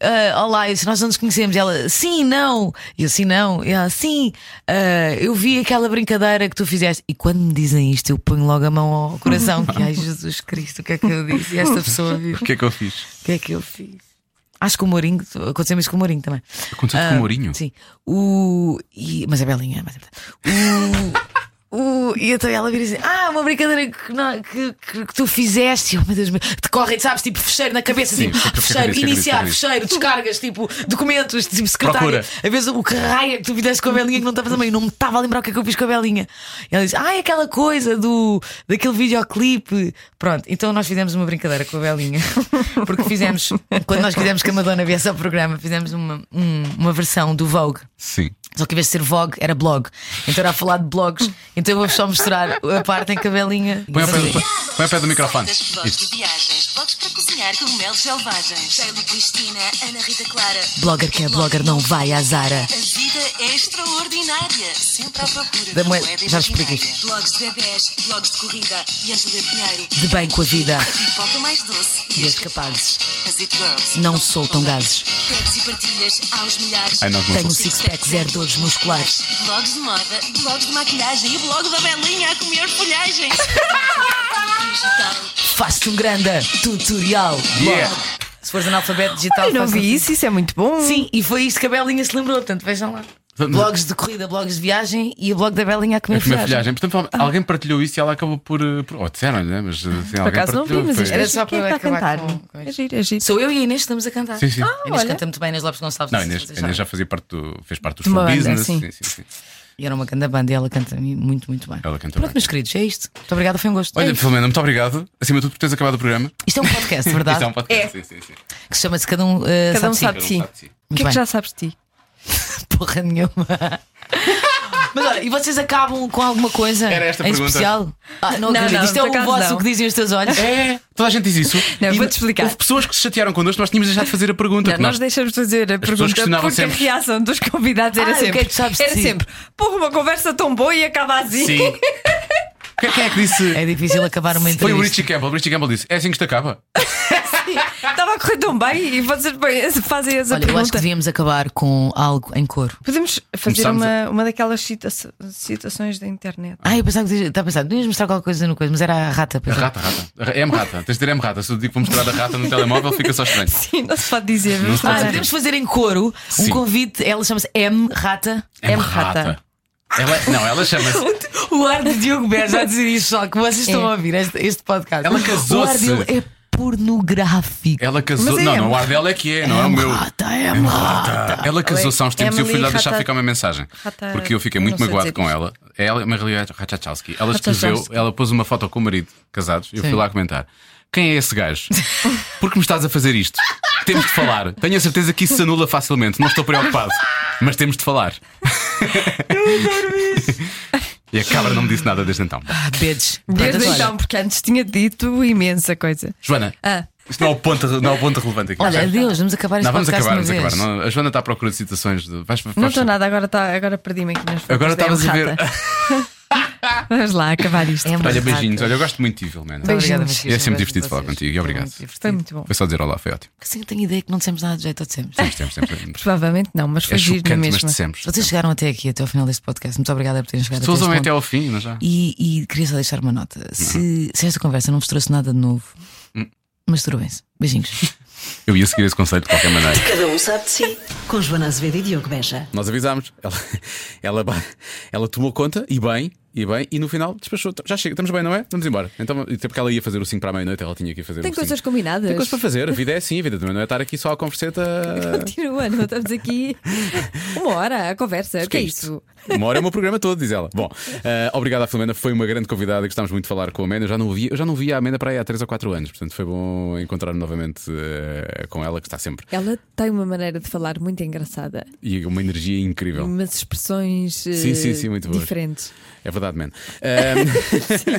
ah, olá, eu disse, nós não nos conhecemos. E ela, sim, não. E eu, sim, não. E ela, sim, ah, eu vi aquela brincadeira que tu fizeste. E quando me dizem isto, eu ponho logo a mão ao coração. Que ai, Jesus Cristo, o que é que eu disse? E esta pessoa viu. O que é que eu fiz? O que é que eu fiz? Acho que o Mourinho, aconteceu isso com o Mourinho também. Ah, Aconteceu-te com o Mourinho? Sim. O. e- mas é belinha, mas é verdade. O. o- E então ela vira assim: Ah, uma brincadeira que, não- que, que- que tu fizeste, E eu, "Oh, meu Deus, meu, decorre, sabes? Tipo, fecheiro na cabeça, Sim, tipo, fica- fica fecheiro, cabeça, iniciar, cabeça, cabeça. fecheiro, descargas, tipo, documentos, tipo, secretária. Procura. A vez o que raia que tu fizeste com a belinha que não estavas a meio, não me estava a lembrar o que é que eu fiz com a belinha. E ela diz: Ah, é aquela coisa do, daquele videoclipe. Pronto, então nós fizemos uma brincadeira com a belinha, porque fizemos, quando nós quisemos que a Madonna viesse ao programa, fizemos uma, um- uma versão do Vogue. Sim. Só que em vez de ser Vogue, era blog. Então era a falar de blogs. Então eu vou só mostrar a assim. parte em cabelinha. Põe ao pé do, põe ao pé do microfone. Blogs Isto. de viagens, blogs para cozinhar, cogumelos selvagens. Sheila Cristina, Ana Rita Clara. Blogger que é blogger não vai à Zara. A vida é extraordinária, sempre à procura Da da moeda- moeda, já vos imaginária. expliquei. Blogs de bebés, blogs de corrida e Angela Pinheiro. De bem com a vida. A pipoca mais doce E e as as capazes. As It Girls. Não soltam gases. Pedes e partilhas aos milhares. Ai, não, não sou. Tenho six-pack, zero dores musculares. Blogs de moda, blogs de maquilhagem e blog da Belinha a comer folhagens. Digital. Faço-te um grande tutorial. Blog. Yeah. Se fores analfabeto digital, Eu não faz um- vi isso, isso é muito bom. Sim, e foi isto que a Belinha se lembrou. Portanto, vejam lá. Vamos- Blogs de corrida, blogs de viagem e o blog da Belinha a comer A primeira folhagem. É filhagem. Portanto, alguém partilhou isso e ela acabou por. eh, por ou disseram-lhe, né? mas eh, assim, Por alguém acaso não vi, partilhou. mas foi- isto Era é só giro. Quem para está a acabar cantar. com- com isto. É giro, é giro. Sou eu e a Inês que estamos a cantar. Sim, sim. A Inês olha. canta muito bem, a Inês Lopes Gonçalves. Não, a sei se Inês, vocês a Inês sabem. já fazia parte do, fez parte do De show uma banda, business. sim. Sim, sim, sim. E era uma grande banda e ela canta muito, muito bem. Ela canta Pronto, bem. meus queridos, é isto. Muito obrigada, foi um gosto. Olha, Filomena, muito obrigado. Acima de tudo, por teres acabado o programa. Isto é um podcast, verdade? Isto é um podcast. Sim, sim, sim. Que se chama-se Cada um, uh, Cada um de Si. sabe de si. Sim. O que é bem. que já sabes de ti? Porra nenhuma. Mas olha, e vocês acabam com alguma coisa Era esta a em pergunta. especial? Ah, não, Não, acredito. não, Isto é por o acaso vosso não. o que dizem os teus olhos. É, toda a gente diz isso. Não, E vou-te explicar. Houve pessoas que se chatearam connosco, nós tínhamos deixado de fazer a pergunta. Não, porque nós deixamos fazer a pessoas pergunta questionavam porque sempre. a reação dos convidados Ah, era o que sempre. é que sabes de era si? sempre, porra, uma conversa tão boa e acaba assim. Sim. Quem quem é que disse? É difícil acabar uma Foi o entrevista. Richie Campbell. O Richie Campbell disse: É assim que isto acaba. Estava a correr tão bem e vocês bem, fazem essa Olha, eu acho que pergunta. devíamos acabar com algo em coro. Podemos fazer Começamos uma, uma daquelas cita- citações da internet. Ah, eu pensava que estava a pensar, não ias mostrar qualquer coisa no coisa, mas era a rata. A pois é. rata, rata. É M-rata. Tens de ter M-rata. Se eu digo para mostrar a rata no telemóvel, fica só estranho. Sim, não se pode dizer. Não se pode Ah, Sim. podemos fazer em coro um Sim. convite, ela chama-se M É Rata. M-rata. É Ela, é, não, ela chama-se. O ar de Diogo Beja já dizer isto, só que vocês É. estão a ouvir este, este podcast. Ela casou-se. O ar dele é pornográfico. Ela casou. Mas é não, M. não, o ar dela é que é, não é o meu. Rata, é rata. Ah, Ela casou-se há uns tempos e eu fui lá é Emily deixar Rata- ficar uma mensagem. Rata- Porque eu fiquei não muito sei magoado dizer com isto. ela. Ela é Maria Rachachowski. Ela escreveu, Rachachowski. ela pôs uma foto com o marido, casados. Eu fui Sim. lá comentar. Quem é esse gajo? Por que me estás a fazer isto? Temos de falar. Tenho a certeza que isso se anula facilmente. Não estou preocupado. Mas temos de falar. Eu adoro isso. E a cabra não me disse nada desde então. Ah, Beijos. Desde Portanto, olha, então, porque antes tinha dito imensa coisa. Joana, Ah, Isto não é o ponto, não é o ponto relevante aqui. Olha, percebes? adeus, vamos acabar este não, vamos podcast acabar, uma vamos vez. acabar. Não, a Joana está à procura de citações. De... Vais, vais, Não estou nada, agora, tá, agora perdi-me aqui nas fotos. Agora da estavas a ver. é errata. Vamos lá acabar isto. É uma Olha, rata. beijinhos. Olha, eu gosto muito de Evil, man. Muito obrigada, Beijinhos. Matias, É sempre um beijo divertido para falar vocês. contigo e obrigado. muito divertido. Foi muito bom. Foi só dizer olá, foi ótimo. Assim, eu tenho ideia que não dissemos nada de jeito ou dissemos. Temos, temos, temos, temos. Provavelmente não, mas foi É giro um chocante, na mas mesma. dissemos. Se Vocês chegaram até aqui, até ao final deste podcast. Muito obrigada por terem chegado Pessoas até vão este até Uhum. ponto. ao fim, não é já? E, e queria só deixar uma nota. Se, se esta conversa não vos trouxe nada de novo, Hum. masturbem-se. Beijinhos. Eu ia seguir esse conselho de qualquer maneira. Cada um sabe de si. Com Joana Azevedo e Diogo Beja. Nós avisámos. Ela, ela, ba- ela tomou conta e bem, e bem, e no final despachou. Já chega, estamos bem, não é? Vamos embora. Então, até porque ela ia fazer o 5 para a meia-noite, ela tinha que ir fazer Tem o 5. coisas combinadas. Tem coisas para fazer, a vida é assim, a vida também não é estar aqui só a converseta. Continua, não estamos aqui uma hora a conversa. O que é isso? Uma hora é o meu programa todo, diz ela. Bom, eh, obrigado à Filomena, foi uma grande convidada, gostámos muito de falar com a Amanda. Eu já não via, eu já não via a Amanda para aí há 3 ou 4 anos, portanto foi bom encontrar-me novamente eh, com ela, que está sempre. Ela tem uma maneira de falar muito engraçada. E uma energia incrível. Umas expressões eh, Sim, sim, sim, muito boas. diferentes. É verdade, man. Ahm,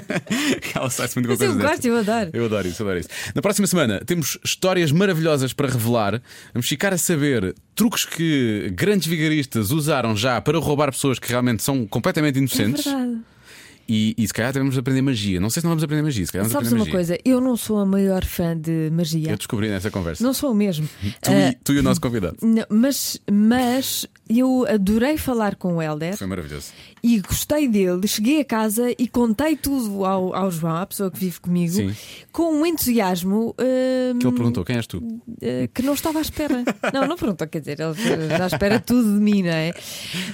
Ela sai-se muito com Mas eu coisas destas. gosto, eu adoro. Eu adoro isso, eu adoro isso. Na próxima semana temos histórias maravilhosas para revelar. Vamos ficar a saber truques que grandes vigaristas usaram já para roubar pessoas que realmente são completamente É inocentes. verdade. e, e se calhar até vamos aprender magia. Não sei se não vamos aprender magia. Se calhar vamos Sabes aprender uma magia. coisa? Eu não sou a maior fã de Eu magia. descobri nessa conversa. Não sou o mesmo. Tu, Ah, e, tu e o nosso convidado. não, mas, mas eu adorei falar com o Helder. Foi maravilhoso. e gostei dele. Cheguei a casa e contei tudo ao, ao João, à pessoa que vive comigo, Sim. com um entusiasmo hum, Que ele perguntou: quem és tu? eh, que não estava à espera. não, não perguntou, quer dizer, ele já espera tudo de mim, não é?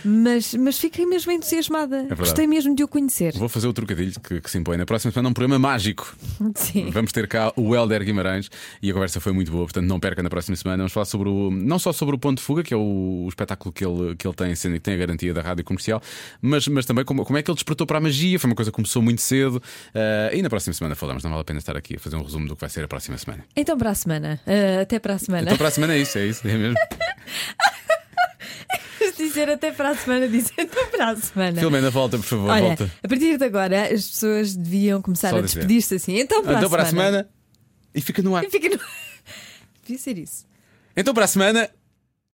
Mas, mas fiquei mesmo É entusiasmada. gostei mesmo de o conhecer. Vou fazer o trocadilho que, que se impõe. Na próxima semana, um programa mágico. Sim. Vamos ter cá o Helder Guimarães e a conversa foi muito boa, portanto não perca na próxima semana. Vamos falar sobre o, não só sobre o Ponto de Fuga, que é o, o espetáculo que ele, que ele tem, sendo que tem a garantia da rádio comercial, mas, mas também como, como é que ele despertou para a magia. Foi uma coisa que começou muito cedo. eh, e na próxima semana falamos, não vale a pena estar aqui a fazer um resumo do que vai ser a próxima semana. Então para a semana. Ah, até para a semana. Então para a semana é isso, é isso, é mesmo. dizer até para a semana, dizer então para a semana. Filomena, volta, por favor, Olha, volta. a partir de agora as pessoas deviam começar Só a dizer. despedir-se assim. Então para, Então a, para a semana. semana. E fica no ar. Fica no... Devia ser isso. Então para a semana.